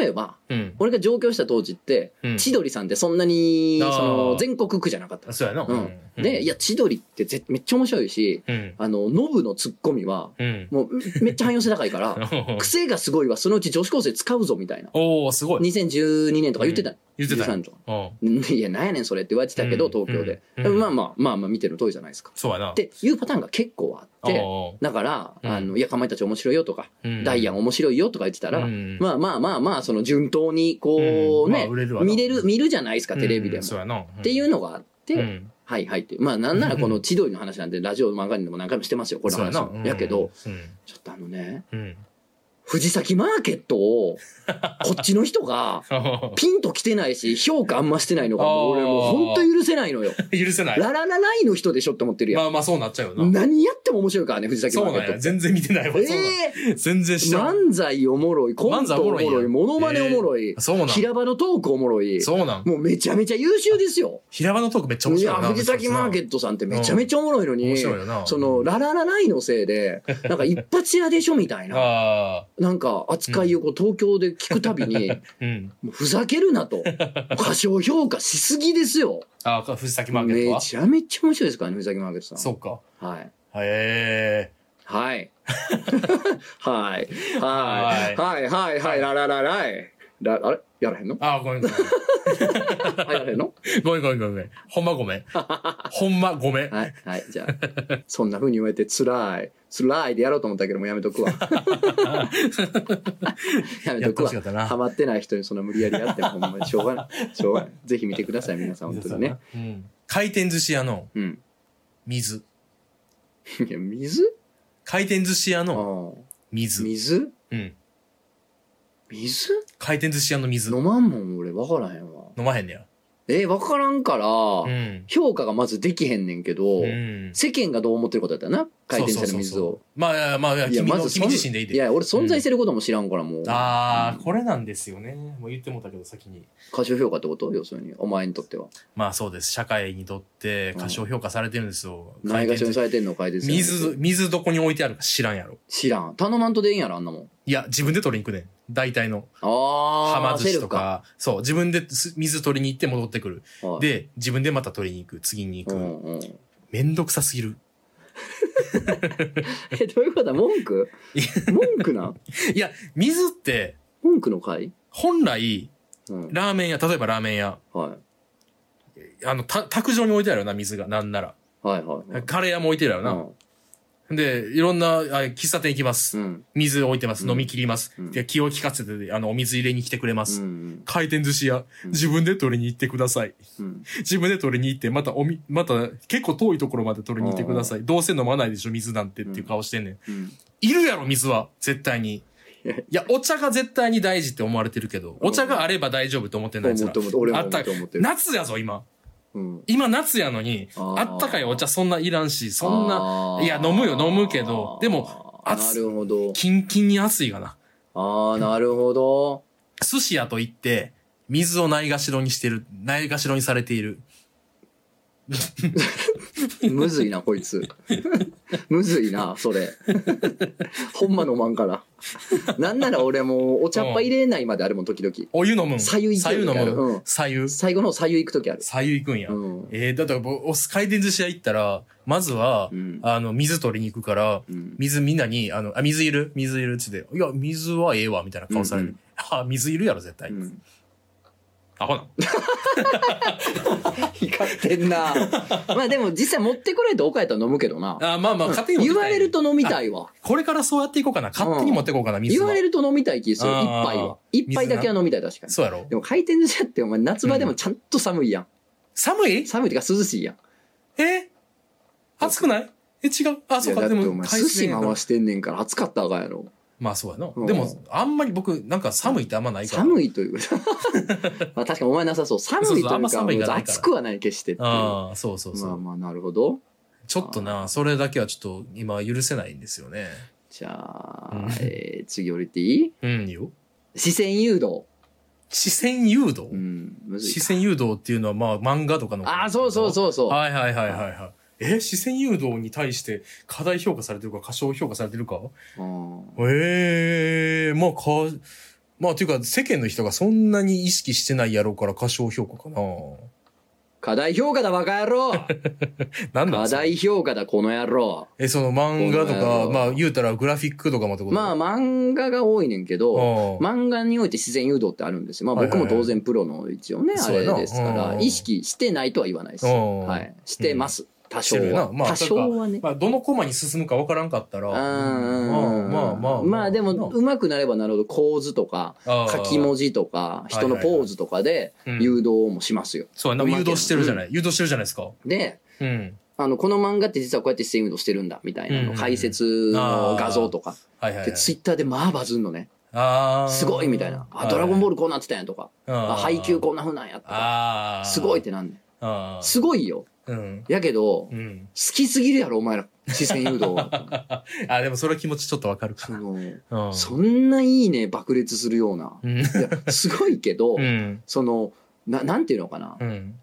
A: 例えば、
B: ー。うん。
A: 俺が上京した当時って、
B: うん。
A: 千鳥さんってそんなに、
B: あー
A: その、全国区じゃなかった。
B: そうやな。
A: うんで、い
B: や。
A: や、千鳥ってぜめっちゃ面白いし、
B: うん。
A: あの、ノブのツッコミは、
B: うん。
A: もうめめっちゃ汎用性高いか ら、癖がすごいわ、そのうち女子高生使うぞ、みたいな。
B: おおすごい。
A: 2012年とか言ってた。
B: 言ってたよ。
A: 13とか
B: うん。
A: いや、なんやねんそれって言われてたけど、
B: うん
A: 東京で。
B: うん
A: でもまあ
B: うん
A: まあ、まあまあ見ての通りじゃないですか。
B: そうやな。
A: っていうパターンが結構あっ
B: お
A: て、
B: お
A: だから、
B: うん
A: あの、いや、かまいたち面白いよとか、
B: ー。うん
A: ダイアン面白いよとか言ってたら、
B: うん
A: まあまあまあまあ、その順当に、こう
B: まあ
A: ね、
B: 売れるわな
A: 見れる、見るじゃないですか、テレビで
B: う
A: も。
B: んそうやな。っ
A: っていうのがあっ
B: う
A: て、
B: ん
A: はいはいって。まあ、なんならこの千鳥の話なんて、ラジオ漫画にでも何回もしてますよ、これ
B: そうや
A: 話
B: な
A: も。。やけど、
B: うん、
A: ちょっとあのね、
B: うん。うん。
A: 藤崎マーケットを、こっちの人 が、ピンと来てないし、評価あんましてないのが、もう俺もう本当許せないのよ。
B: 許せない。
A: ラララライの人でしょって思ってるやん。
B: まあまあそうなっちゃうよな。
A: 何やっても面白いからね、藤崎
B: そ
A: マー
B: う
A: ケ
B: なんや。
A: ット。
B: 全然見てないわ。そうなん
A: ええ
B: 全然知らん。
A: 漫才おもろい、コントおも
B: 漫才おもろ
A: ろ
B: いん
A: い、
B: や
A: モノマネおもろい、
B: そうなん。
A: 平場のトークおもろい、
B: そうなん。
A: もうめちゃめちゃ優秀ですよ。
B: 平場のトークめっちゃ
A: い
B: 面白い
A: や、
B: よな。
A: 藤崎マーケ
B: ッ
A: ットさんってめちゃめちゃおもろいのに
B: 面、白いよな。
A: その、ラララライのせいで、なんか一発屋でしょみたいな、
B: ああ。
A: なんか扱いをこう東京で聞くたび に、
B: うん。
A: もうふざけるな と。過小評価しすぎですよ。
B: ああ、藤崎マーケット
A: め
B: は
A: ちゃめちゃ面白いですからね、藤崎マーケットさ
B: そ
A: ん。
B: うか。
A: はい。
B: へえ。
A: はい。はい。はい。はい。はい。はい。ラララライ。ラあれやらへんの
B: ああ、ごめんごめん。
A: あやらへんの
B: ごめんごめんごめん。ほんまごめん。ほんまごめん。
A: はい。はい。じゃ あ、そんな風に言われて、つらい。つらいでやろうと思ったけど、もうやめと くわ。やめ
B: や
A: と
B: って
A: く
B: ほ
A: わ
B: しか。ったな
A: ハ。マってない人にそんな無理やりやっても、ほんまにしょうがない。しょうがない。ぜひ見てください、皆さん、本当にね。
B: うん。回転寿司屋の
A: うん。
B: 水。
A: いや、水
B: 回転寿司屋
A: あ
B: の
A: あ。
B: 水。
A: 水
B: うん。
A: 水
B: 回転寿司屋の水。
A: 飲まんもん俺分からへんわ
B: 飲まへんねや。
A: えー、分からんから、
B: うん。
A: 評価がまずできへんねんけど、
B: うん。
A: 世間がどう思ってることやったらな回転したら水
B: そうそうそうそ
A: を
B: うまあいや、まあいや、
A: いや
B: 君
A: ま
B: の、
A: ずそん
B: 君自身でいい
A: い
B: で。
A: や俺存在してることも知らんからもう、
B: ああ、これなんですよね。もう言ってもうたけど、先に。
A: 過小評価ってこと要するにお前にとっては
B: まあそうです。社会にとって過小評価されてるんですよ。
A: ないがしろにされてんの回転したら
B: 水、水どこに置いてあるか知らんやろ。
A: 知らん頼まんとでいいんやろあんなもん
B: いや、自分で取りに行くねん。大体の。
A: ああ
B: はま寿司
A: セル
B: と
A: フか、
B: か、そう、自分です水取りに行って戻ってくる。
A: はい、
B: で、自分でまた取りに行く。次に行
A: う
B: く。
A: んうん、
B: めんどくさすぎる。
A: えどういうことだ文句文句なん
B: いや、水って、
A: 文句の回、
B: 本来、
A: うん、
B: ラーメン屋、例えばラーメン屋、
A: はい
B: あの、た卓上に置いてあるよな、水が。なんなら。
A: はいはいはい
B: カレー屋も置いてるよな。で、いろんな、あ喫茶店行きます
A: う。ん
B: 水置いてます。
A: うん
B: 飲み切ります。
A: うん
B: で気を利かせて、あの、お水入れに来てくれま
A: う
B: す。
A: ん
B: 回転寿司屋、
A: うん
B: 自分で取りに行ってください。
A: うん
B: 自分で取りに行って、またおみ、また結構遠いところまで取りに行ってください。どうせ飲まないでしょ、水なんてっていう顔してんねん。
A: うん
B: いるやろ、水は。絶対に。いや、お茶が絶対に大事って思われてるけど、お茶があれば大丈夫って思ってないやつ
A: 思っ
B: ら
A: て。思って俺も
B: あった
A: 思って思ってる。
B: 夏やぞ、今。
A: うん
B: 今夏やのに、
A: あー
B: あったかいお茶そんないらんし、そんな、
A: ない
B: や飲むよ飲むけどでも
A: な
B: 熱
A: るほど。
B: キンキンに暑いがな。
A: ああ、なるほど。
B: 寿司屋と言って、水をないがしろにしてる、ないがしろにされている。
A: むずいな、こいつ。 むずいな、それ。 ほんま飲まんから。なんなら俺もうお茶っ葉入れないまであるもん、時々。
B: お湯飲むん。
A: 左右行ける
B: 左
A: 時あ
B: 飲
A: るう
B: む
A: ん。
B: 左右。
A: 最後の左右行く時ある。
B: 左右行くんや。
A: うん。
B: えー、だって僕、お回転寿司屋行ったら、まずは、
A: うん
B: あの、水取りに行くから、
A: うん
B: 水みんなに、あの、あ、水いる水いるっつって、いや、水はええわ、みたいな顔される。
A: うん
B: あ、水いるやろ、絶対。
A: うん
B: アホな。
A: 光ってんな。まあでも実際持ってこられて岡やったら飲むけどな。
B: あ、まあまあ、勝手に持って
A: 言
B: き
A: わ
B: たい
A: れると飲みたいわ。
B: これからそうやっていこうかな。勝手に持ってこうかな、水
A: 言
B: は。
A: われると飲みたい気する。
B: あー
A: 一杯は。一杯だけは飲みたい、確かに。
B: そうやろ
A: でも回転寿司屋ってお前夏場でもちゃんと寒いやん。
B: 寒い
A: 寒いっていうか涼しいやん。
B: え暑くないえ、違う。あ、
A: い
B: そ
A: や
B: う
A: だ
B: か。
A: っ
B: で
A: て
B: も
A: お、前寿司
B: 回
A: 回
B: 数
A: してんねんから暑かったらあかんやろ。
B: まあそうやな。
A: うん
B: でも、あんまり僕、なんか寒いってあんまないから。い
A: 寒いという か。まあ確かにお前なさそう。寒いという
B: そうそうあんま
A: か、
B: 寒いがないから
A: 暑くはない決してっていう
B: ああ、そうそうそう。
A: まあまあなるほど。
B: ちょっとな、それだけはちょっと今許せないんですよね。
A: じゃあ、
B: うん
A: えー次降りていい
B: うん、いいよ。
A: 視線誘導。
B: 視線誘導
A: うん、むずい
B: 視。線誘導っていうのは、まあ、漫画とかの。
A: ああ、そうそうそうそう。
B: はいはいはいはいはい。え、視線誘導に対して過大評価されてるか過小評価されてるか
A: うん
B: ええまあか、まあというか世間の人がそんなに意識してないやろうから過小評価かな。
A: 過大評価だ、バカ野郎
B: なんだ
A: 過大評価だ、この野郎。
B: え、その漫画
A: こ
B: と
A: の野
B: か、
A: 郎
B: まあ言うたらグラフィックとかもってこと
A: まあ、漫画が多いねんけど、
B: あ
A: 漫画において自然誘導ってあるんですよ。まあ
B: はいは
A: 僕
B: いはい
A: も当然プロの一応ね、あ
B: そうや
A: れ
B: な
A: ですか
B: う
A: ら、
B: ん
A: 意識してないとは言わないです。
B: うん
A: はい。してます。多
B: して
A: 少
B: るよ
A: は
B: な。まあ
A: 多少はね。
B: まあどのコマに進むかわからんかったら、
A: う
B: ま
A: ん
B: あまあまあ。
A: まあでも、上手くなればなるほど構図とか、
B: あー
A: 書き文字とか、人のポーズとかで
B: うん
A: 誘導もしますよ。
B: そうやな、
A: うま
B: 誘
A: いけど
B: 導してるじゃない。誘導してるじゃないですか。
A: で、
B: うん。
A: あの、この漫画って実はこうやって自然誘導してるんだ、みたいな
B: う
A: の
B: ん
A: 解説の画像とか。
B: はいはい、はい。
A: で、ツイッターでまあバズんのね。
B: あー
A: すごいみたいな。あ、ドラゴンボールこうなってたんやとか。あ、配給こんな風なんやとか。
B: ああ。
A: すごいっ。てなんねん。
B: ああ。
A: すごいよ。
B: うん。
A: やけど、好
B: うん。
A: きすぎるやろ、お前ら。視線誘導は。
B: あ、でもそれ気持ちちょっとわかるか
A: そ
B: な。
A: の、
B: うん。
A: そんないいね爆裂するような。
B: うん。
A: いや、すごいけど、
B: うん。
A: その、な、なんていうのかな。
B: うん。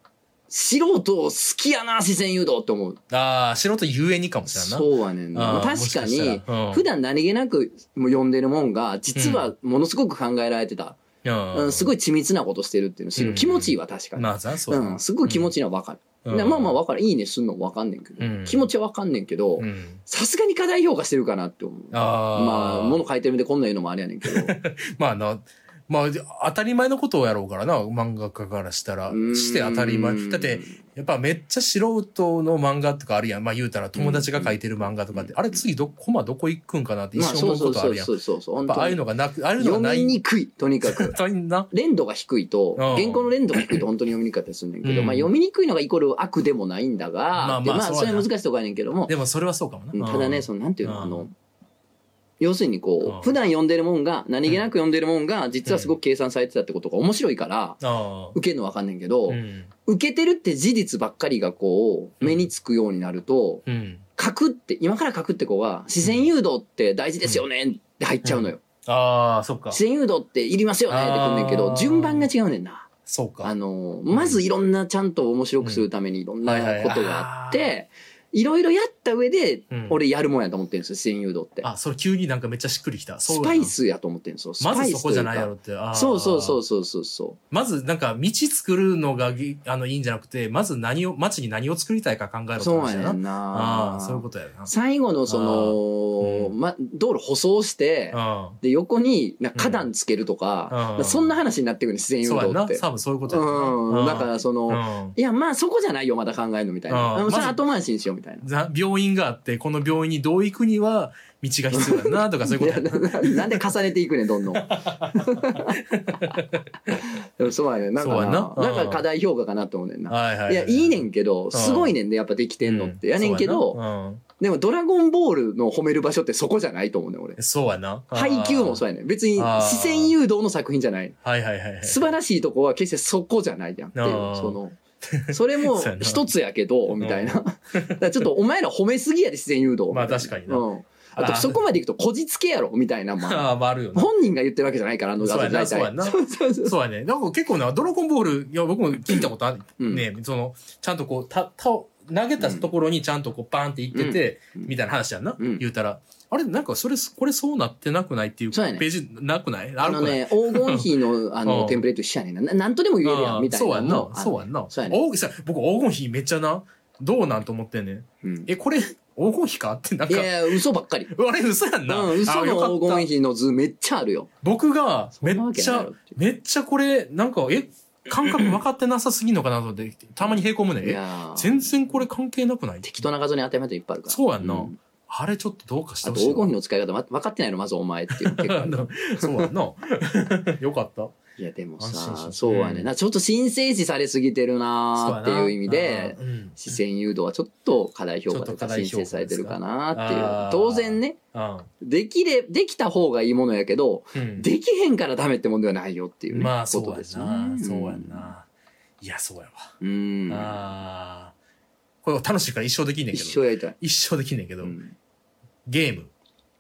A: 素人好きやな、視線誘導って思う。
B: ああ、素人ゆえにかもしれんな。
A: そうはねんな。ま
B: あ
A: あ
B: ー
A: 確か
B: も
A: に
B: しし、たらうん
A: 普段何気なく読んでるもんが、実はものすごく考えられてた。
B: う。
A: うんん、すごい緻密なことしてるっていうの知
B: う
A: る。
B: ん
A: 気持ちいいわ、確かに。
B: まあ、ざそう
A: う、
B: やなん
A: すごい気持ちいいのはわかる。
B: うん
A: でまあまあわかる。いいねすんのもわかんねんけ
B: う
A: ど。
B: ん
A: 気持ちはわかんねんけど
B: う、ん。
A: さすがに過大評価してるかなって思う。
B: ああ。
A: まあ、物書いてるんでこんなん言うのもあれやねんけど。
B: まあな、まあ、当たり前のことをやろうからな、漫画家からしたら。して当たり
A: う
B: 前。
A: ん
B: だって、、やっぱめっちゃ素人の漫画とかあるやん。まあ言うたら友達が書いてる漫画とかって、
A: うん
B: あれ次ど、コマどこ行くんかなって一
A: まあ、
B: 瞬
A: そ
B: 思
A: う
B: う
A: そ
B: こ
A: う
B: とあ
A: そう
B: るやん。
A: そ
B: や
A: うそうそう、
B: っ
A: 本
B: ぱああ
A: 当
B: いう
A: に。
B: のがなく、ああいうのが
A: 読
B: ない。
A: みにくい、とにかく。
B: 本当に な。
A: 連度が低いと、
B: うん
A: 原稿の連度が低いと本当に読みにくかったりするんだけど、
B: うん
A: まあ読みにくいのがイコール悪でもないんだ
B: ま
A: が、
B: あ
A: って
B: まあ
A: まあ
B: そう
A: そ
B: や
A: れ
B: な
A: は難しいとこやねんけども、
B: でもそれはそうかも
A: うん
B: な。
A: ただね、そのなんていうの、あの、要するに
B: う
A: こ
B: ん
A: う、普段読んでるもんが、何気なく読んでるもんが、実はすごく計算されてたってことが面白いから、
B: ああ。
A: 受けるのわかんねんけど、
B: うん。
A: 受けてるって事実ばっかりがこう、目につくようになると、
B: うん。
A: 書くって、今から書くって子は、視線誘導って大事ですよねって入っちゃうのよ。
B: ああ、そっか
A: 視。線誘導っていりますよねってくんねんけ
B: あ
A: ど
B: ー、
A: 順番が違うねんな。
B: そうか。
A: あの、まずいろんなちゃんと面白くするためにいろんな
B: はいはい
A: ことがあって、いろいろやった上で
B: うん、
A: 俺やるもんやと思ってるんですよ、視線誘導って。
B: あ、それ急になんかめっちゃしっくりきた。そ
A: ス
B: うやな
A: パイ。スやと思ってるんですよ、ス
B: ま
A: パイ
B: ず
A: ス
B: そこじゃないやろ
A: と
B: っ
A: う
B: て。あ
A: か
B: あ
A: そうそうそうそうそうそ
B: まずなんか道作るのがぎあのいいんじゃなくて、まず何を、街に何を作りたいか考えろ
A: う。
B: って
A: そう
B: 話
A: や
B: だ
A: ね
B: な。
A: ん
B: あ
A: な
B: あ、。そういうことやな。
A: 最後のその、
B: あーう
A: ま、道路舗装して、
B: う
A: で、横にな花壇つけるとか、
B: うん
A: そんな話になってくるね自然
B: ん。
A: 誘
B: そう
A: 導
B: やな。
A: って。
B: 多分そういうことやな。
A: うん。だから、その、
B: うん。
A: いや、まあそこじゃないよ、まだ考えるのみたいな。
B: うん
A: うんそれ
B: まず
A: 後回しにしようみたいな。
B: な病院があって、この病院にどう行くには道が必要だ なとかそういうことや
A: いや
B: な。
A: なななんで重ねていくねんどん どん。でもそうやねんなんか
B: そうや
A: な
B: な
A: だから課題評価かなと思うねんな。
B: はいはい
A: いや、いいね
B: ん
A: んけど、すごいねんで、やっぱできてんのって。やねんけ
B: う
A: ど、
B: ん
A: でもドラゴンボールの褒める場所ってそこじゃないと思うねん、俺。
B: そうやな。
A: 配給も
B: う
A: そうやねん。別に
B: あー
A: 視線誘導の作品じゃない。
B: や。はいはいはいはい。
A: 素晴らしいとこは決してそこじゃないやんっていう
B: あー
A: そ のそれも
B: そうやな
A: 一つやけどみたいなだからちょっとお前ら褒めすぎやで自然誘導
B: まあ確かにな
A: うん、あ
B: あ
A: と
B: ー
A: そこまでいくとこじつけやろみたいなもん
B: ああ、まああるよな。
A: 本人が言ってるわけじゃないからあの
B: そうやな
A: 大体
B: そうやな
A: そうそうそう
B: そうやね。なんか結構な、ドラゴンボール、いや、僕も聞いたことある。
A: うん
B: ね、その、ちゃんとこう、た、た、投げたところにちゃんとこう、バーンって行ってて、
A: うん
B: みたいな話やんな。
A: うん
B: 言うたら、あれ、なんかそれ、これそうなってなくないっていうペ
A: そうやね
B: ージなくないあ
A: あ
B: る
A: の
B: くない
A: ね黄金比のあ
B: うん
A: のテンプレート一緒やねんなななんとでも言えるや
B: あー
A: んみたい
B: そう
A: な
B: やん
A: のも
B: な。
A: ある
B: そうやんな。
A: そうやね
B: 黄金さ僕、黄金比めっちゃな、どうなんと思ってんねん。
A: うん
B: え、これ、黄金比かってなん
A: い
B: か、
A: やいや嘘ばっかり
B: あれ、嘘やんな。
A: うん嘘
B: あよかっ
A: の黄
B: た
A: 金比の図めっちゃあるよ
B: 僕が、め
A: んな
B: っ
A: わけ
B: ち
A: ないや
B: ゃ
A: ろって、
B: めっちゃこれ、なんか、え、感覚分かってなさすぎんのかなと思って、たまに平行むねん。
A: い
B: え、
A: やー
B: 全然これ関係なくない
A: 適当な画像に当てはめていっぱいあるから
B: そうやんな。
A: うん
B: あれちょっとどうかして
A: あ
B: ほ
A: と
B: しい
A: 黄金
B: わ。
A: 比の使い方、ま、分かってないのまずお前っていう結 構ある
B: そうやんな。 よかった。
A: いやでも
B: 安心し
A: さ
B: た
A: そうは
B: う
A: ね
B: ん
A: なちょっと神聖視されすぎてる
B: そうや
A: なー
B: な
A: っていう意味で、
B: うん
A: 視線誘導はちょっと過大評価
B: ちょっ
A: と
B: と過
A: か
B: 大
A: 神
B: 評
A: 聖
B: 価ですか
A: されてるかなーって
B: あ
A: い
B: ー
A: う当然ねできれできた方がいいものやけど
B: うん。
A: できへんからダメってもんではないよっていうね
B: まあ、そう
A: こと
B: や
A: です
B: な。
A: ね
B: そうやな。いや、そうやわ。
A: うん
B: ああ。これ楽しいから一生できんねんけ
A: 一生
B: ど。
A: やりたい
B: 一生できんねんけど
A: う。ん
B: ゲーム。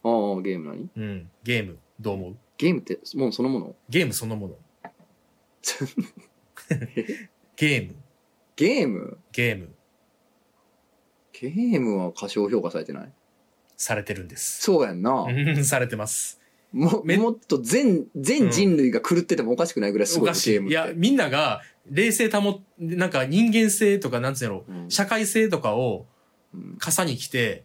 A: ああ、ゲーム何
B: うん。ゲーム、どう思う
A: ゲームって、もうそのもの
B: ゲームそのもの。ゲーム、
A: ゲーム
B: ゲーム、
A: ゲームは過小評価されてない
B: されてるんです。
A: そうやんな。
B: うんされてます。
A: も
B: め
A: もっと全、
B: う
A: 全
B: ん
A: 人類が狂っててもおかしくないぐらいす
B: お
A: ごい
B: か
A: よ
B: し
A: ゲー
B: い。
A: ム
B: い
A: っ
B: や、
A: て。
B: みんなが、冷静保、なんか人間性とか、なんつうの、
A: うん
B: 社会性とかを
A: うん
B: 傘に来て、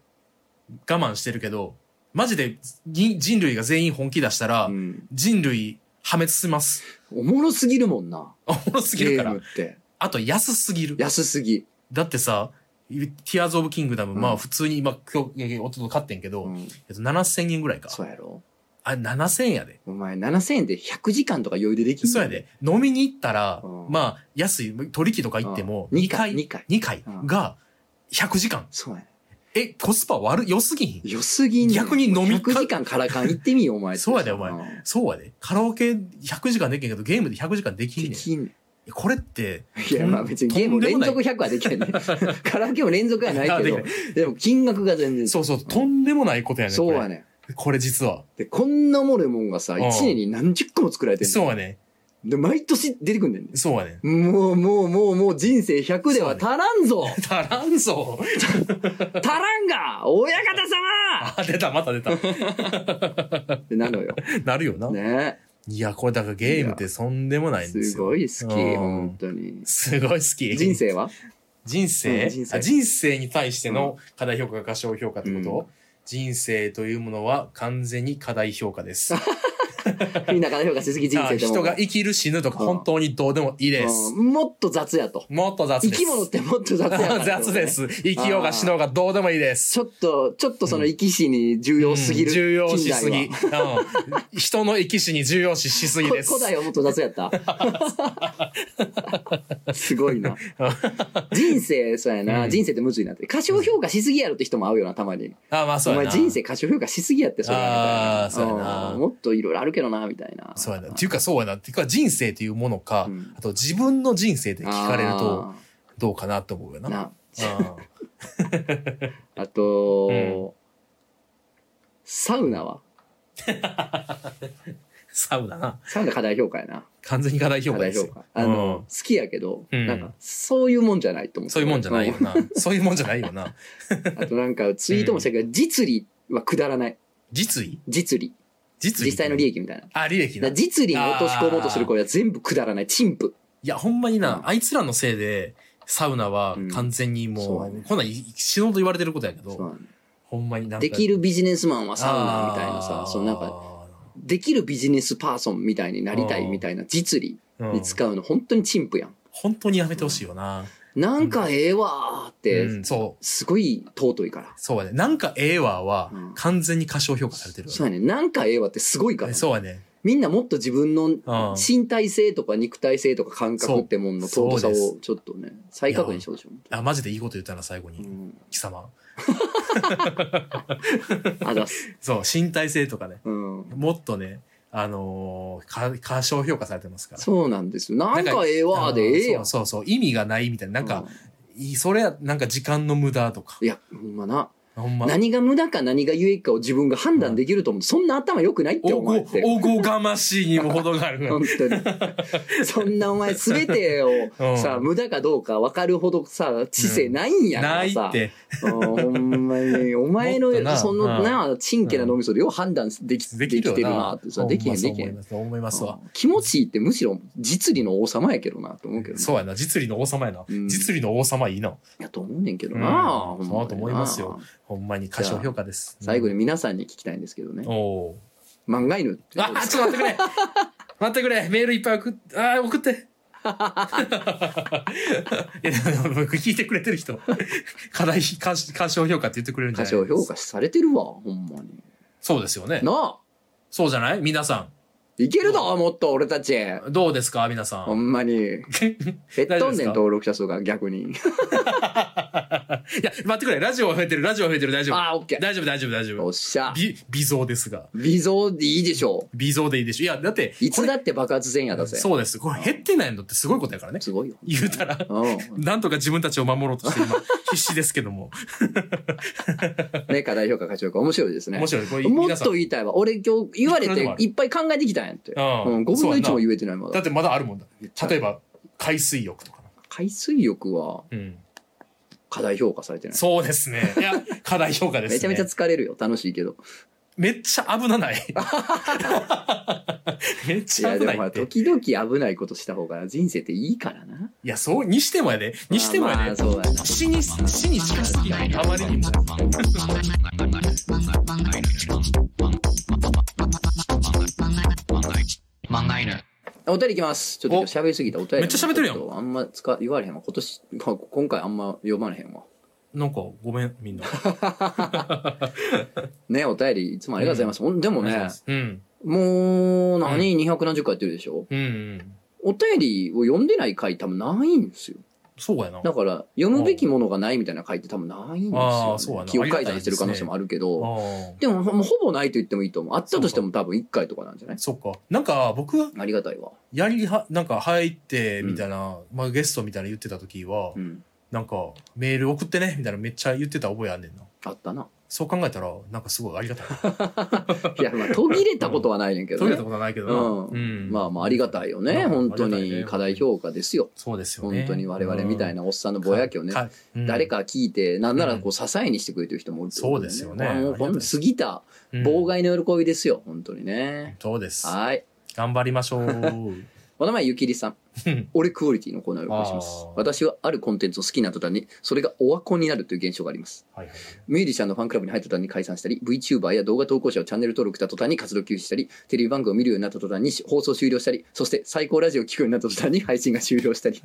B: 我慢してるけど、マジで人人類が全員本気出したら、
A: うん
B: 人類破滅します。
A: おもろすぎるもんな。
B: おもろすぎる
A: ゲ
B: か
A: ー
B: ら
A: ム。って。
B: あと安すぎる。
A: 安すぎ。
B: だってさ、ティアーズ・オブ・キングダム、
A: うん
B: まあ普通に今、今日、おとと買ってんけど、
A: うん
B: えっと、7000円ぐらいか。
A: そうやろ
B: あ、7000円やで。
A: お前7000円で100時間とか余裕でできんの
B: そうやで。飲みに行ったら、
A: うん
B: まあ、安い、取引とか行っても、
A: うん
B: 2回、
A: 二回
B: 二回
A: うん
B: が100時間。
A: そうやね。
B: え、コスパ悪、良すぎひん。
A: 良すぎんねん
B: 逆に飲み
A: 100時間からかん行ってみよ、お前。
B: そうやでお前
A: 前。
B: そうやで。カラオケ100時間できんけど、ゲームで100時間できん
A: で
B: ねん。
A: きんねん。
B: えこれって、
A: いや、まあ別にゲーム
B: とんで
A: 連
B: もない
A: 続100はでき ないね。カラオケも連続はない
B: あ
A: け
B: でき
A: ど
B: な、
A: でも金額が全然。
B: そうそう、とんでもないことやねん。
A: そう
B: こ
A: や
B: れ
A: ねん。
B: これ実は。
A: で、こんなおもろいもんがさ、
B: うん
A: 1年に何十個も作られてる
B: そうやね
A: で、毎年出てくんねんね
B: ん。そうやねん。
A: もう、もう、もう、もう人生100では足らんぞ
B: 足らん ぞ。
A: 足らんが親方様
B: あ、出た、ま た出た。
A: ってなのよ。
B: なるよな。
A: ね
B: いや、これだからゲームってとんでもないんです
A: す
B: よ。
A: ごい好き、
B: うん
A: 本当に。
B: すごい好き。
A: 人生は
B: 人生,あ、
A: うん人生
B: 人生に対しての課題評価が過小評価ってこと、
A: う
B: 人生というものは完全に過大評価です。あ
A: みんなから評価しす ぎ人生と
B: 人が生きる死ぬとか
A: うん
B: 本当にどうでもいいです。
A: うんもっと雑やと。
B: もっと雑
A: 生
B: です。
A: き物ってもっと雑やから
B: 雑です。生きようが死のうがどうでもいいです。
A: ちょっと、ちょっとその生き死に重要すぎる。
B: うん重要しすぎ。
A: 近代は
B: うん人の生き死に重要視しすぎ
A: こ
B: です。
A: 古代はもっと雑や った。すごいな。人生、そうやな、
B: うん
A: 人生ってむずいなって。過小評価しすぎやろって人も会うよな、たまに。
B: あまあ
A: お
B: そうや
A: 前
B: な。
A: 人生過小評価しすぎやって、それ
B: あーそうやなん
A: もっといろいろあるけどな、みたいな。
B: そうやな。っていうかそうやな。っていうか人生というものか、
A: うん
B: あと自分の人生で聞かれると
A: あ
B: どうかなと思うよ
A: ー。
B: な。
A: な。
B: うん
A: あと、
B: うん
A: サウナは
B: サウナな。
A: サウナ過大評価やな。
B: 完全に過大評価ですよ
A: 過大評。価あの、好きやけど、
B: うん
A: なんか、そういうもんじゃないと思っ
B: うん、
A: て
B: そういうもんじゃないよな。そういうもんじゃないよな。
A: あとなんかツイートもしたけど、実利はくだらない。
B: 実利
A: 実利。
B: 実利
A: 実際の利益みたいな。だか
B: あ、履歴な。
A: ら
B: い
A: 実利に落とし込もうとする声は全部くだらない。陳腐。
B: や、ほんまにな、
A: うん
B: あいつらのせいで、サウナは完全にも
A: うん
B: う、
A: そう
B: こんなん死ぬほど言われてることやけ
A: そう
B: ど、
A: なの
B: ほんまになんか。
A: できるビジネスマンはサウナみたいなさ、そのなんか、できるビジネスパーソンみたいになりたいみたいな実利
B: なん
A: に使うの本当に陳腐やん。
B: 本当にやめてほしいよな。
A: なんかええわーっ
B: う
A: て
B: ん、、そう。
A: すごい尊いから。
B: そうやね。なんかええわは
A: うん、
B: 完全に過小評価されてるよね
A: そうやね。なんかええわってすごいから。
B: そうやね。
A: みんなもっと自分の
B: うん
A: 身体性とか肉体性とか感覚ってもんの尊さを
B: そう
A: ちょっとね、再確認してほしい。
B: あ、マジでいいこと言ったな、最後
A: う
B: に。
A: ん
B: 貴様。
A: あざっす。
B: そう、身体性とかね。
A: うん。
B: もっとね、あのー、か過小評価されてますから。
A: そうなんですよ。なんかええわーでええやん。
B: そうそうそう、意味がないみたいな。なんか、いいそれはなんか時間の無駄とか
A: う。んいや、ほんまな。
B: ほんま。
A: 何が無駄か何が有益かを自分が判断できると思う。そんな頭良くないって
B: お
A: お前
B: ご
A: って。
B: おごがましいにも程が ある。
A: 本当に。 そんなお前すべて
B: う
A: を
B: ん
A: さ、無駄かどうか分かるほどさ、知性ないんやか
B: な
A: ら
B: い
A: さ。
B: って。
A: うんほんまに。お前
B: もっとな
A: の、その
B: うん
A: な、真剣な脳みそでよう判断でき、
B: で
A: で
B: き
A: き
B: る
A: てる
B: よな。
A: なってさ、できへん、できへ
B: ほ
A: ん
B: ま。そう思いますわ。思いますわ
A: うん気持ちいいってむしろ実利の王様やけどなと思うけどね
B: そうやな。実利の王様やな。
A: うん
B: 実利の王様いいな。
A: いやと思うねんけどな、
B: うん
A: ほんまにな
B: そうだと思いますよほんまに過小評価です。
A: 最後
B: に。
A: に皆さんに聞きたいんですけどね
B: おお
A: 漫画犬って
B: ー。
A: どうで
B: あ、
A: す
B: ちょっと待ってく れ。待ってくれ。メールいっぱい送って、あー送って。 いやでも僕聞いてくれてる人、 課題、過過小評価って言ってくれるんじゃ
A: 過
B: な
A: 小
B: い
A: 評価されてるわほんまに
B: そうですよね。
A: なあ
B: そうじゃない皆さん。
A: いけるぞもっと俺たち
B: どうですか皆さ
A: ほ
B: ん。
A: んまに減っ
B: 大丈
A: と
B: 夫
A: ん
B: です
A: ねん
B: か
A: 登録者数が逆に
B: いや、待ってくれ。ラジオは増えてる。ラジオは増えてる。大丈夫。
A: あーオッケー
B: 大丈夫、大丈夫、大丈
A: お
B: 夫
A: っ。しゃ
B: び微増ですが。
A: 微増でいいでしょ
B: 微増でいいでしょ。いや、だって、
A: ういつだって爆発せんやだぜ
B: そうです。これ減ってないのってすごいことやからね。
A: すごいよ
B: 言うたら、
A: うん
B: なんとか自分たちを守ろうとして今、必死ですけども。
A: ね課題評価課長か面白いですね
B: 面白い。これ、
A: も
B: 皆
A: っ
B: さん
A: と。言いたいわ俺今日言われ
B: いくらでもあ
A: て
B: る
A: いっぱい考えてきたんやって、
B: う
A: う
B: ん
A: ん、5分の1も
B: そうやな
A: 言えてないま
B: だ
A: だ
B: ってまだあるもんだ。例え
A: ば
B: ば、海水浴とかな。
A: 海水浴は
B: うん。
A: 課題評価されてない
B: そうですね。いや、課題評価ですね。
A: めちゃめちゃ疲れるよ楽しいけど
B: めっちゃ危なない。 めっ
A: い
B: ちゃ
A: や
B: 危
A: で
B: な
A: も
B: い
A: ほら
B: って。いや、
A: 時々危ないことした方が人生っていいからな
B: そう、にしてもやで。にしてもやで。
A: まあそうやな
B: 死に、死に近すぎない。あまりにも。
C: 漫画犬。
A: お便りいきますちょっと今日喋りすぎたお便り
B: めっちゃ喋ってるやん
A: ちょとあんま使言われへんわ今年こ今回あんま読まれへんわ
B: なんか、ごめん、みんな。
A: ねお便りいつもありがとうございます、ほん、でもね
B: うん。
A: もう何、270回やってるでしょ
B: うんうん。
A: お便りを読んでない回多分ないんですよ
B: そうやな。
A: だから読むべきものがないみたいな回って多分ないんです
B: あ
A: よ
B: あ、そうや
A: ね
B: な
A: 記憶改ざんしてる可能性もあるけど
B: あ
A: でもほもうほぼないと言ってもいいと思うあったとしても多分1回とかなんじゃない
B: あ。そっか。なんか、僕は、
A: ありがたいわ、
B: やりは、なんか、入って、みたいな、まあ、ゲストみたいな言ってた時は、
A: うん、
B: なんか、メール送ってね、みたいなめっちゃ言ってた覚えあんねんな。
A: あったな
B: そう考えたら、なんかすごいありがたい。
A: いやまあ途切れたことはないねんけ
B: 途
A: どね
B: 切れたことはないけど
A: うん
B: な。うん
A: まあまあありがたいよね、
B: うん
A: 本当
B: ありがたい
A: に
B: ね
A: 課題評価ですよ
B: そうですよね。
A: 本当に我々みたい
B: な
A: なおっさんのぼやきをね、誰か聞いてなんならこう支えにしてくれてる人もおるってこと
B: そうですよね
A: これはもうほんと過ぎた妨害の喜びですよ本当にね、
B: そうです。
A: はい
B: 頑張りましょう。
A: お名前ゆきりさん
B: うん。
A: 俺クオリティのコーナーをお願いします
B: あー。
A: 私はあるコンテンツを好きな途端に、それがオワコンになるという現象があります。
B: はいはい。
A: ミュージシャンのファンクラブに入った途端に解散したり、VTuber や動画投稿者をチャンネル登録した途端に活動休止したり、テレビ番組を見るようになった途端に放送終了したり、そして最高ラジオを聴くようになった途端に配信が終了した り、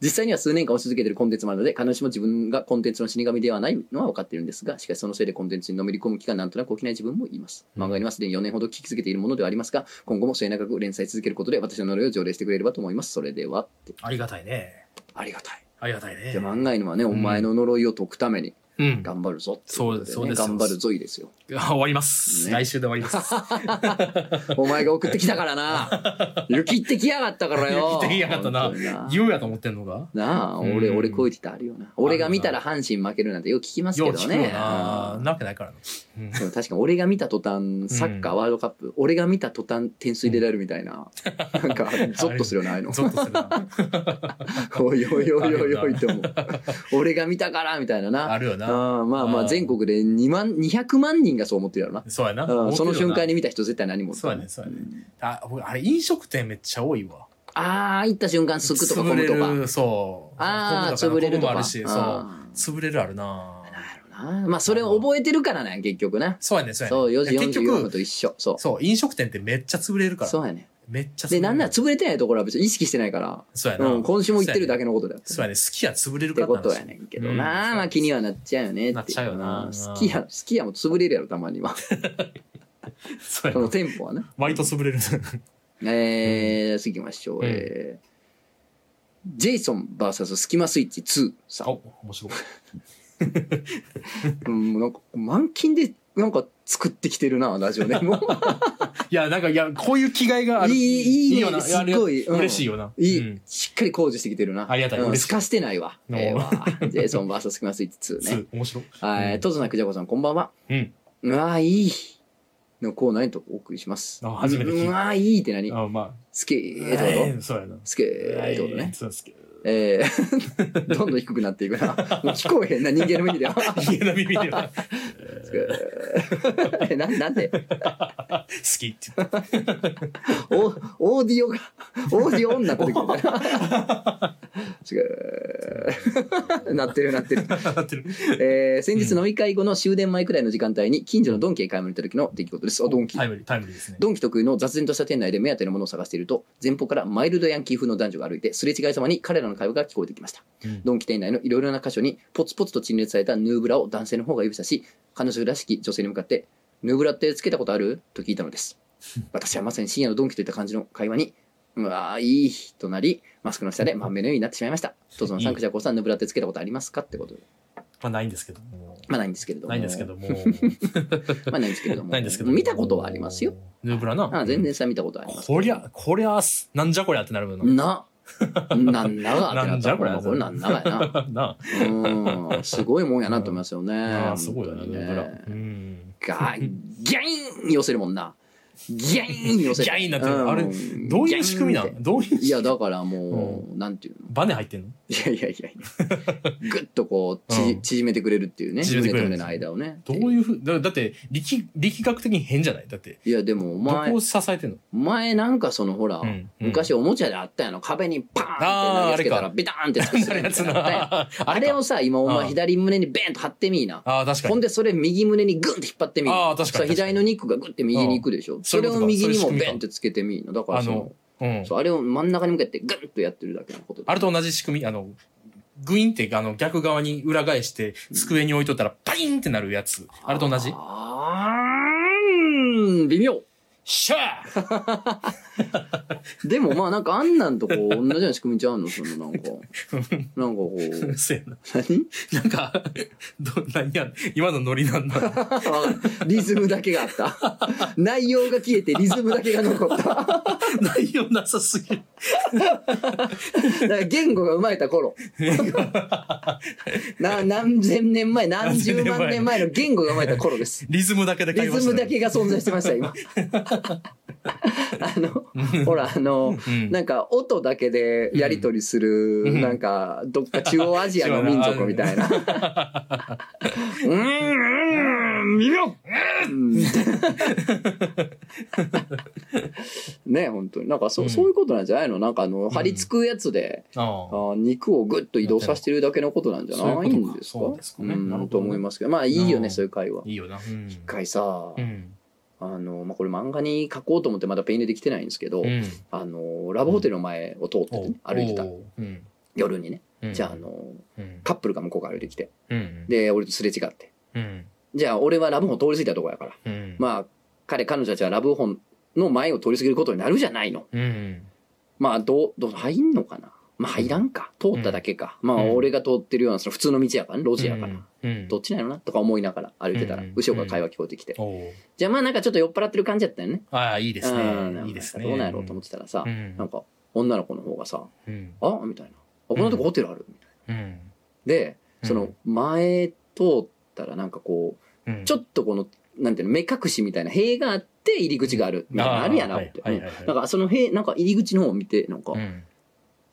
A: 実際には数年間押し続けているコンテンツもあるので、必ずしも自分がコンテンツの死神ではないのは分かっているんですが、しかしそのせいでコンテンツにのめり込む期間なんとなく起きない自分もいます。漫画にはすでに4年ほど聞き続けているものではありますが、今後も末永く連載続けることで私の呪いを条例してくれればと思います。それでは、って
B: ありがたいね。
A: ありがたい。
B: ありがたいね
A: じゃあ。漫画犬はね、お前の呪いを解くために
B: うん。
A: 頑張るぞっていことね
B: そうですそうです
A: 頑張るぞいですよ。
B: 終わります。
A: ね
B: 来週で終わ ります。
A: お前が送ってきたからな。雪ってきやがったからよ。
B: 雪ってきやがったな
A: 本当に
B: 言うやと思ってんのが
A: なあ、俺、俺こういうってあるよな。俺が見たら阪神負けるなんてよく聞きます
B: よ
A: け
B: う
A: ど
B: 聞く
A: ね
B: よ。な。なわけないからな。うん
A: でも確かに俺が見た途端、サッカーワールドカップ、俺が見た途端点数入れられるみたい な、なんか、ゾッとするよな、ああいうの。
B: ゾッとす るな。
A: おいおいおいおいおいって思う。俺が見たから、みたいなな。
B: あるよな。
A: ああまあま
B: う
A: あ
B: ん
A: 全国で2万、200万人がそう思ってるやろな。
B: そうやな。
A: うんその瞬間
B: に。
A: に見た人絶対何も
B: そうやね、そうやね。あ、僕あれ、飲食店めっちゃ多いわ。
A: ああ行った瞬間すくとか
B: 潰
A: 混む
B: れ
A: とか
B: る、そう。
A: ああ
B: 混む
A: 潰れると
B: 混むもあ
A: か
B: るし、そう。
A: あ
B: 潰れるあるな
A: ー。なるほどなまあそれを覚えてるからね結局な
B: そうやね、そうやね。
A: そう4時
B: 結
A: 44分
B: 局、
A: と一緒そ
B: そう、飲食店ってめっちゃ潰れる
A: う
B: から。
A: そうやね
B: めっちゃ潰
A: で
B: れる。
A: なんなら潰れてないところは別に意識してないから
B: そうやな。
A: うん今週も言ってるだけのことだよ
B: そうやね。好きや潰れる
A: っ
B: か
A: て
B: らな
A: ことやねんけど
B: う
A: なんまあ気にはなっちゃうよねっていう
B: なっちゃうよな
A: 好きや好きやも潰れるやろたまには
B: そうや
A: この
B: な。
A: テンポはね
B: 割と潰れる。
A: えー次行きましょうえージェイソン VS スキマスイッチ2さん
B: お、面白い。
A: うん、なんか満勤でなんか作ってきてるなラジオ ねも
B: いや、なんか、いや、こういう気概があ
A: う
B: る。
A: いいいいね
B: よな。
A: すっごい、
B: や
A: うん
B: 嬉しいよな。
A: いい、
B: うん
A: しっかり工事してきてるな
B: ありがたい
A: うん
B: 嬉しい
A: すかしてないわ
B: お
A: ええわジェイソン VS スキマスイッチ2ね
B: す面白い。
A: は
B: う
A: い
B: ん
A: とぞなくじゃこさんこんばんは
B: うん。
A: うわーいいのコーナーへとお送りします
B: あ初めて聞いた
A: うわーいいって何
B: あ、まあ。
A: スケーってこと
B: そうやな。
A: スケーってことね
B: そうですけど。
A: えー どんどん低くなっていくなもう聞こえへんな人間の耳では
B: 家の耳では
A: スケーななんで
B: 好きって言って
A: オオーディオが、オーディオンになった時み たいな。違う。なってるなってる。
B: なってる。
A: えー、先日飲み会後の終電前くらいの時間帯に近所のドンキへ買い物に行った時の出来事です。あ、ドンキ
B: タ。イムリー、タイムリーですね。
A: ドンキ特有の雑然とした店内で目当てのものを探していると、前方からマイルドヤンキー風の男女が歩いて、すれ違い様に彼らの会話が聞こえてきました。
B: うん
A: ドンキ店内のいろいろな箇所に、ポツポツと陳列されたヌーブラを男性の方が指さし、彼女らしき女性に向かって、ヌーブラってつけたことあると聞いたのです。私はまさに深夜のドンキといった感じの会話に、うわー、いい、となり、マスクの下で満面のようになってしまいました。とぞのさん、くじゃこさん、ぬぶらってつけたことありますかってことで。
B: まあないんですけども。
A: まあないんですけれども。
B: ないんですけ ども。
A: まあないんですけれども。
B: ないんですけども。
A: 見たことはありますよ。。
B: ヌーブラな。
A: あ全然さ、見たことはあります。
B: こりゃ、こりゃす、なんじゃこりゃってなるよな。
A: な、なんだがって
B: な
A: なっ
B: んじゃ
A: た
B: こりゃ
A: これなんだがやな。
B: な
A: うん、すごいもんやなと思いますよね。
B: あなあ、すごいよな、
A: 本
B: ヌ
A: 当
B: ー
A: に
B: ブラ。
A: ね
B: うん。
A: が、ギャイン寄せるもんな。ギャイン寄せる。
B: ギャインになってるあれ
A: ん
B: どういう仕組みな
A: ギャイン
B: んどういう
A: っていや、だからもう、なんていうの。
B: バネ入ってんの
A: いやいやいやいや。ぐっとこう、ち
B: うん
A: 縮めてくれるっていうね。
B: 縮め
A: 胸
B: て
A: と
B: くれる
A: 胸の間をね。
B: どういうふう、だだって力、力学的に変じゃないだって、
A: いや、でもお
B: ど
A: 前
B: こを、支えてんの
A: 前なんかそのほら
B: う、んうん
A: 昔おもちゃであったやの。壁にパーンって投げつけた
B: あーあ
A: ら、
B: れか
A: ビターンって突き
B: な
A: 刺
B: る
A: る
B: や
A: やつ
B: つ
A: あったやん
B: な。
A: あれをさ、今お
B: うん
A: 前左胸にベーンと張ってみいな。
B: ああ、確か
A: ほん
B: に。
A: でそれ右胸にグンって引っ張ってみいな。
B: ああ、確か
A: さ
B: に。
A: 左の肉がグッて右に行くでしょ、
B: そう
A: そ
B: いう
A: れ
B: こと
A: を
B: か
A: 右に
B: そう
A: も
B: いう仕組みか
A: ベンってつけてみいのだからそ
B: あ
A: の
B: のうん。
A: そうあれを真ん中に向けてグンとやってるだけのことで
B: あれと同じ仕組み、あの、グインってあの逆側に裏返して、机に置いとったらパインってなるやつ。あれと同じ
A: あーん微妙
B: シャー
A: でもまあなんかあんなんとこう同じような仕組みちゃうのそのなんかなんかこ
B: うる
A: う
B: せえな。
A: 何
B: なんか、 ど、何や、今のノリなんだ。
A: リズムだけがあった内容が消えてリズムだけが残っただか
B: 内容なさすぎる。
A: ら言語が生まれた頃な何千年前何十万年前の言語が生まれた頃です
B: リズムだけで
A: リ
B: 会話し
A: ズ
B: て
A: ム
B: る
A: だ。けが存在してました今あのほらあの
B: うん。
A: なんか音だけでやり取りする、
B: うん
A: なんかどっか中央アジアの民族みたいなうーん微妙ねえ本当になんかそ,、う
B: うん
A: そういうことなんじゃないのなんかあの
B: ん
A: 張り付くやつで、
B: ああ。
A: あー肉をぐっと移動させてるだけのことなんじゃないんですか
B: そういうことかそうですかね
A: ん
B: なるほどね
A: と思いますけどまあいいよ
B: う
A: ね
B: ん
A: そういう会話。
B: いいよな。うん。
A: 一回さ、
B: うん。
A: あの、まあ、これ漫画に書こうと思ってまだペン入れできてないんですけど、
B: うん。
A: あの、ラブホテルの前を通っててね、歩いてた。
B: おううん。
A: 夜にね。
B: うん
A: じゃあ、あ、の、
B: うん。
A: カップルが向こうから歩いてきて、
B: うん。
A: で、俺とすれ違って。
B: うん、
A: じゃあ、俺はラブホン通り過ぎたとこやから。
B: うん。
A: まあ、彼、彼女たちはラブホンの前を通り過ぎることになるじゃないの。
B: うん。
A: まあ、どう、どう、入んのかなまあ、入らんか。通っただけか。まあ、
B: うん
A: 俺が通ってるような、その普通の道やからね、路地やから。
B: うん。
A: どっちなのなとか思いながら歩いてたら
B: うん、
A: 後ろから会話聞こえてきて。
B: おおう。
A: じゃあ、まあ、なんかちょっと酔っ払ってる感じやったよね。
B: ああ、いいです
A: う
B: ね。
A: ん
B: いいですね。
A: どうなんやろうと思ってたらさ、
B: うん
A: なんか女の子の方がさ
B: うん
A: 「あみたいな「あこんなとこホテルある」みたいな。
B: うん。
A: でその前通ったらなんかこ
B: うん、
A: うちょっとこのなんていうの目隠しみたいな塀があって入り口があるみたいなのあるやな
B: あー
A: って。
B: はい
A: うん
B: はいはいはい
A: なんかその塀なんか入り口の方を見てなんか
B: うん、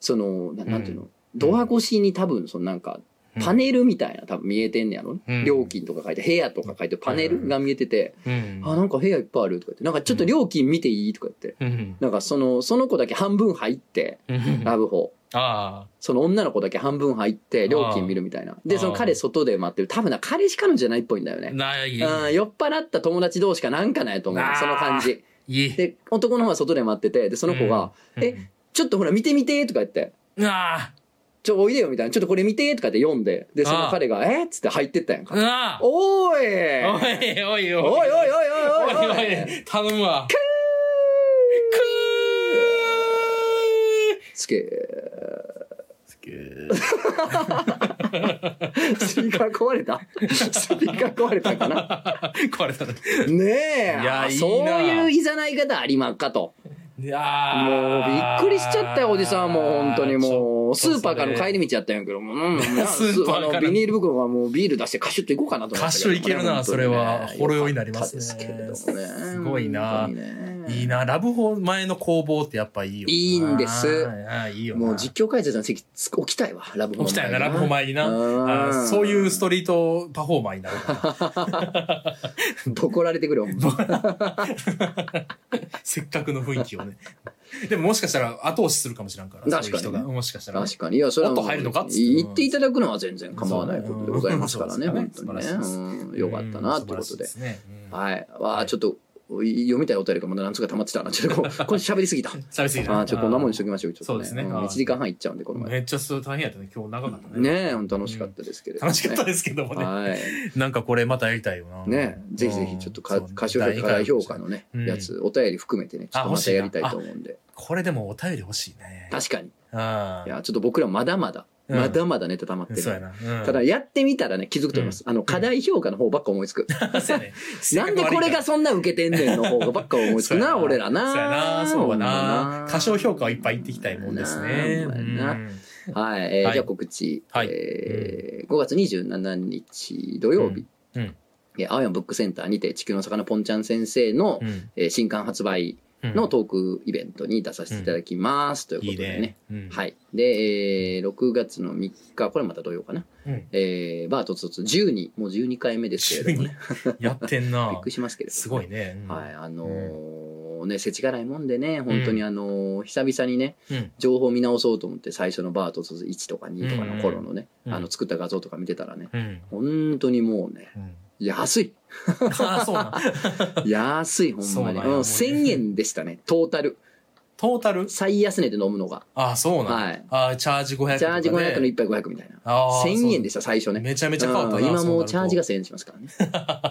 A: そのななんていう
B: う
A: のドア越しに多分そのなんかパネルみたいな多分見えてんねやろ
B: うん
A: 料金とか書いて部屋とか書いてパネルが見えてて
B: うん、
A: あなんか部屋いっぱいあるとか言ってなんかちょっと料金見ていいとか言って
B: うん、
A: なんかそのその子だけ半分入って
B: うん、
A: ラ
B: あ
A: ブホ
B: あ、
A: その女の子だけ半分入って料金見るみたいな。で、その彼外で待ってる。多分な、彼しかのじゃないっぽいんだよね。
B: ない、
A: うん、酔っ払った友達同士かなんかないと思う
B: あ。ー
A: その感じ。
B: いい。
A: で、男の方は外で待ってて、で、その子が、
B: うん、
A: えちょっとほら見て見てとか言って、
B: うん、あ
A: ちょ、おいでよみたいな、ちょっとこれ見てとかって読んで、で、その彼が、えっつって入ってったやん
B: あ、
A: か。
B: ああ、
A: おーい
B: おいおいお
A: おい
B: い、
A: おいおいおいおい
B: おいおい頼むわ。く
A: つけ、
B: ー
A: スピーカー壊 れたスピーカー壊れたかな
B: 壊れたね。
A: ねえ
B: いや
A: あ
B: いいな
A: そういういざない方ありまっかと。
B: いやー
A: もうびっくりしちゃったよ、おじさん。もう本当に
B: ちょ
A: もう、
B: っと
A: ス
B: それ
A: ーパーからの帰り道やったんやけど、 もううん、
B: スーパーから
A: あのビニール袋はもうビール出してカシュッといこうかなと思った
B: カシュいけるなそれはほろ酔いになりますね
A: よかったですけれどもね。
B: すごいな
A: 本当にね
B: いいな、ラブホ前の工房ってやっぱいいよな。
A: いいんです
B: ああ、いいよな。
A: もう実況解説の席つ置きたいわ、ラブホ
B: 起きたよな、ラブホ前にな。あーそうい うストリートパフォーマーになるから。
A: ーリー。ボコられてくる、ほんま
B: せっかくの雰囲気をね。でももしかしたら後押しするかもしれんから。
A: 確かにね
B: そういう人が。もしかしたらね。
A: 確かに。いや、それはもう
B: もっと入るのかっつって
A: 言っていただくのは全然構わないことでございますからね、
B: そうね
A: 本当にね。
B: そうですね
A: うんよかったな、ということで
B: うん。素晴らしいすねうん
A: はい。わあ、ちょっと、読みたいお便りがまだ何つか溜まってたな。ちょっとこ う今週喋りすぎた。
B: 寂しい
A: ああ、ちょ、こんなもんにしときましょう。ちょっと
B: そうですね
A: ん
B: はい
A: 1時間半いっちゃうんで、この前。
B: めっちゃ そう大変やったね。今日長かったね。
A: ねえ、ほんと楽しかったですけれどもね。
B: 楽しかったですけどもね。
A: はい。
B: なんかこれまたやりたいよな。
A: ね、ぜひぜひちょっとか歌唱力課題評価のね、
B: うん
A: やつお便り含めてねちょっ
B: あ
A: とまたやりたいと思うんで
B: これでもお便り欲しいね。
A: 確かに
B: あ
A: いやちょっと僕らまだまだ、
B: うん
A: まだまだネタ溜まってる
B: そうやな。うん
A: ただ、やってみたらね気づくと思います、あの課題評価の方ばっか思いつく、
B: そうやね
A: なんでこれがそんな受けてんねんの方がばっか思いつくな俺らな
B: そうやな、そうや
A: ほんま
B: な。過小評価をいっぱい言っていきたいもんですね。
A: なあほん
B: う
A: まやなんはい、えー
B: はい
A: じゃあ告知、
B: はい
A: えー5月27日土曜日、
B: うんうん
A: えー青山ブックセンターにて地球の魚ぽんちゃん先生の、
B: うん
A: えー新刊発売
B: うん
A: のトークイベントに出させていただきます、という
B: い
A: こ
B: い
A: とでね
B: ね。うん
A: はい、で、えー6月の3日これまた土曜かな、
B: うん
A: えーバートツツ12もう12回目ですけれど もね
B: やってん
A: びっ
B: な
A: く。りしますけれども
B: すごいね。うん
A: はいあのーね世知辛いもんでね本当にあのー久々にね
B: うん
A: 情報見直そうと思って最初のバートツツ1とか2とかの頃のね、
B: うんうん
A: あの作った画像とか見てたらね
B: うん。
A: 本当にもうね
B: うん
A: 安い
B: ああ、そうなん。
A: 安いほん
B: そうな
A: ま
B: ん
A: に、
B: や
A: うん、1000円でしたねトータル
B: トータル
A: 最安値で飲むのが
B: ああ、そうなん。
A: はい
B: ああ、チャージ500とか、ね。
A: チャージ500の一杯500みたいな。
B: ああ
A: 1000円で
B: し
A: した、最初
B: ょ
A: ね。
B: めちゃめちゃ変わった
A: うん
B: な。
A: 今もうチ
B: そう
A: ャ
B: な
A: ー
B: ると
A: ジが1000円しますか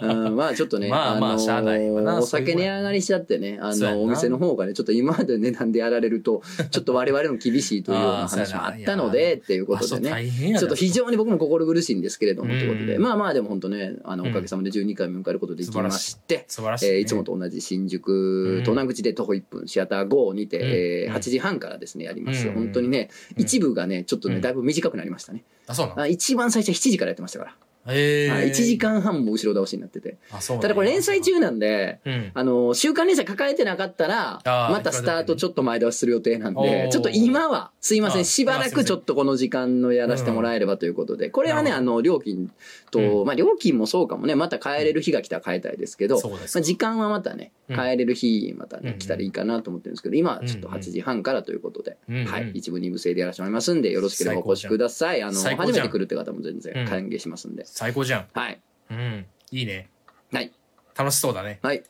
A: ら ね。うん、まあちょっとね、
B: まあまあ
A: のー
B: しゃあないわな
A: お酒値上がりしちゃってね、あ
B: そうや
A: の、
B: な
A: お店の方がね、ちょっと今まで値段でやられると、ちょっと我々も厳しいというような
B: あーそうや
A: 話
B: な
A: もあったので、っていうことで
B: 場所
A: ね。
B: 大変やな
A: ちょっと非常に僕も心苦しいんですけれども、と
B: うん
A: いうことで。まあまあでも本当ね、あの、
B: うん
A: おかげさまで12回目迎えることできまして、
B: 素晴らしい、
A: え
B: ね
A: ーいつもと同じ新宿、東南口で徒歩1分、シアター5にて、
B: うん
A: えー
B: うん
A: 8時半からですね、やります。
B: うん
A: 本当にね、一部がね、ちょっと
B: う
A: ね、
B: ん
A: だいぶ短くなりましたね。
B: あ、そうなの
A: あ一番最初は7時からやってましたから、
B: ええ
A: はい、1時。間半も後ろ倒しになってて
B: あ、そうなん
A: ただこれ連載。中なんで
B: うん。
A: あの週刊連載抱えてなかったら
B: あー
A: またスタートちょっと前倒しする予定なん
B: お
A: で
B: ー
A: ちょっと今はすいませ
B: あ
A: ん
B: ー
A: しばらくちょっとこの時間のやらせてもらえればということでこれはね
B: な
A: あ
B: る
A: の料金と、まあ、料金もそうかもねまた変えれる日が来たら変えたいですけど、
B: そうです
A: まあ、時間はまたね
B: うん
A: 変えれる日またね、
B: うん
A: 来たらいいかなと思ってるんですけど今はちょっと
B: うんうん
A: 8時半からということで。
B: うんうん
A: はい、一部二部制でやらせてもらいますんでよろしければお越しくださいあの
B: 最高じ
A: 初め
B: ゃん
A: て来るって方も全
B: う
A: 然
B: ん
A: 歓迎しますんで、
B: 最高じゃん。
A: はい
B: うん。いいね。
A: はい。
B: 楽しそうだね。
A: はい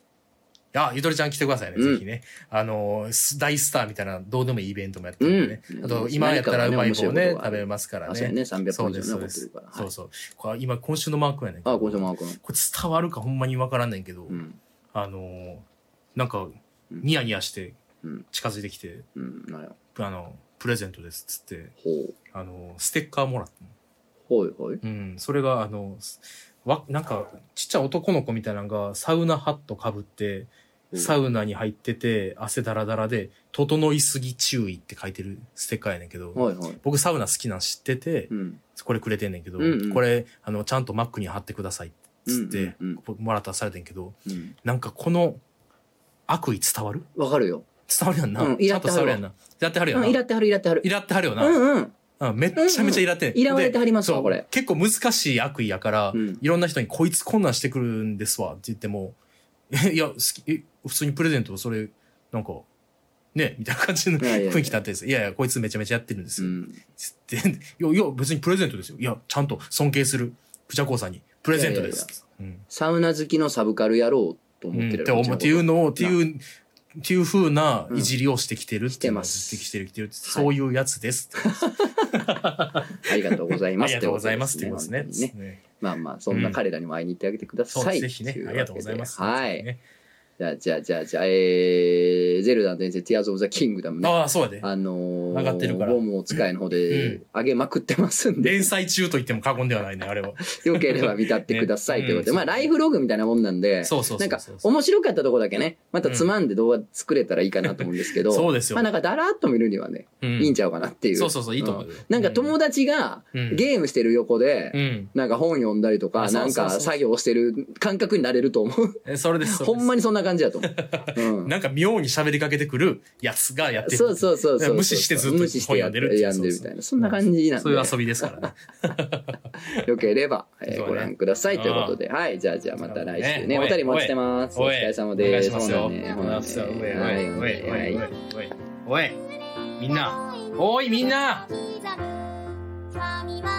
B: あ、ゆとりちゃん来てくださいね。
A: うん
B: ぜひね。あの、ス大スターみたいな、どうでもいいイベントもやってるんでね。
A: うん
B: あと、今やったらうまい棒
A: 何、かね
B: ね食
A: 面白いことがある
B: べますから
A: あそうや
B: ね。
A: ね300
B: そう
A: 本
B: で
A: 以
B: す、
A: 上
B: そう
A: 残
B: で
A: って
B: す
A: るから。
B: そ
A: は
B: う
A: い
B: そう。これ今、今週のマークやねんけど
A: あごちそうさまくん
B: これ伝わるかほんまにわからんねんけど、
A: うん
B: あのーなんかニヤニヤして
A: うん
B: 近づいてきて
A: うんなんや
B: 「あのプレゼントです」っつって、
A: ほう
B: あのーステッカーもらったの
A: ほいほい
B: うんそれがあのすわなんかちっちゃい男の子みたいなのがサウナハットかぶって
A: うん
B: サウナに入ってて汗だらだらで「整いすぎ注意」って書いてるステッカーやねんけど、
A: はいはい
B: 僕サウナ好きなん知ってて
A: うん
B: これくれてんねんけど、
A: うんうん
B: これあのちゃんとマックに貼ってくださいっつって、
A: うんうんうん
B: 僕もらったらされてんけど
A: うん
B: なんかこの悪意伝わる
A: わかるよ
B: 伝わるやんな。
A: うん
B: ちゃんと伝わるやんな。やってはるや
A: うんんイ
B: な。
A: ラってはるイラってはる
B: イラってはるよ
A: う
B: な。
A: んうん
B: うん、めっちゃめちゃイラってん。
A: イラわれてはります
B: そ
A: わ
B: う
A: これ
B: 結構難しい悪意やから、
A: うん
B: いろんな人にこいつこんなんしてくるんですわって言っても、 えいや、好き、え普通にプレゼントそれ、なんか、ね、みたいな感じの
A: いやいやいや
B: 雰囲気だったんです。いやいや、こいつめちゃめちゃやってるんです
A: う
B: よ。
A: ん
B: つって、いや、いや、別にプレゼントですよ。いや、ちゃんと尊敬する、プチャコーさんに、プレゼントです。うん
A: サウナ好きのサブカルやろうと思って
B: うん
A: る
B: って思うっていうのをっていうっていう風な
A: うん
B: いじりをしてきてるっていうのを
A: してます
B: ずっときてるきてるってそういうやつです、
A: ありがとうござい
B: あ
A: ます
B: りがとうございますっていうことです
A: 本当に
B: ねね
A: まあまあそんな彼らにも会いに行ってあげてくだ
B: そう
A: さ
B: で
A: い
B: すぜひね
A: というわ
B: あ
A: けで
B: りがとうございます
A: はい
B: ね
A: じゃあ、じゃあ、じゃあ、じゃあ、えー、ゼルダの伝説、ティアーズ・オブ・ザ・キングダムね。
B: ああそうやで
A: あのー、
B: 上がってるから
A: ボムを使いの方
B: う
A: で上げまくってますんで、
B: 連載中と言っても過言ではないねあれは
A: よければ見たってくださいということで、
B: ね
A: まあ、ライフログみたいなもんなんで、
B: そうそう
A: な
B: そ
A: ん
B: う
A: か
B: そう、そう
A: 面白かったとこだけね、またつまんで動画作れたらいいかなと思うんですけど、
B: そうですよ
A: まあ、なんか、だらっと見るにはね、
B: うん
A: いいんちゃうかなっていう。
B: そうそうそういいと思うよ
A: んなんか、友達が
B: うん
A: ゲームしてる横で、
B: うん
A: なんか本読んだりとか、
B: あそう
A: な
B: そ
A: ん
B: うそう
A: か作業してる感覚になれると思う。
B: えそれです
A: ほんま
B: に
A: にそんな感じだと 思う。うん
B: なんか妙に喋りかけてくるやつがやってる
A: そうそうそうそうそう。
B: 無視してずっと
A: 無視してやって
B: 本読んでるっていう
A: やんでるみたいな。そんな
B: そう
A: 感じなん
B: そ
A: で
B: ういう遊びですからね
A: よければ、えー
B: そうね
A: ご覧くださいということで。はい。じゃあ、じゃあまた来週ね。お便り待ちてます。お
B: お
A: 疲
B: い
A: れ様
B: お願
A: で
B: い
A: す。
B: しますよ
A: ほなね
B: お願いしますよ
A: ほ
B: おい
A: な
B: お
A: ねはい
B: いおいお
A: はいい
B: おい
A: はい
B: おいおいみんなおいみんな
C: 「さみは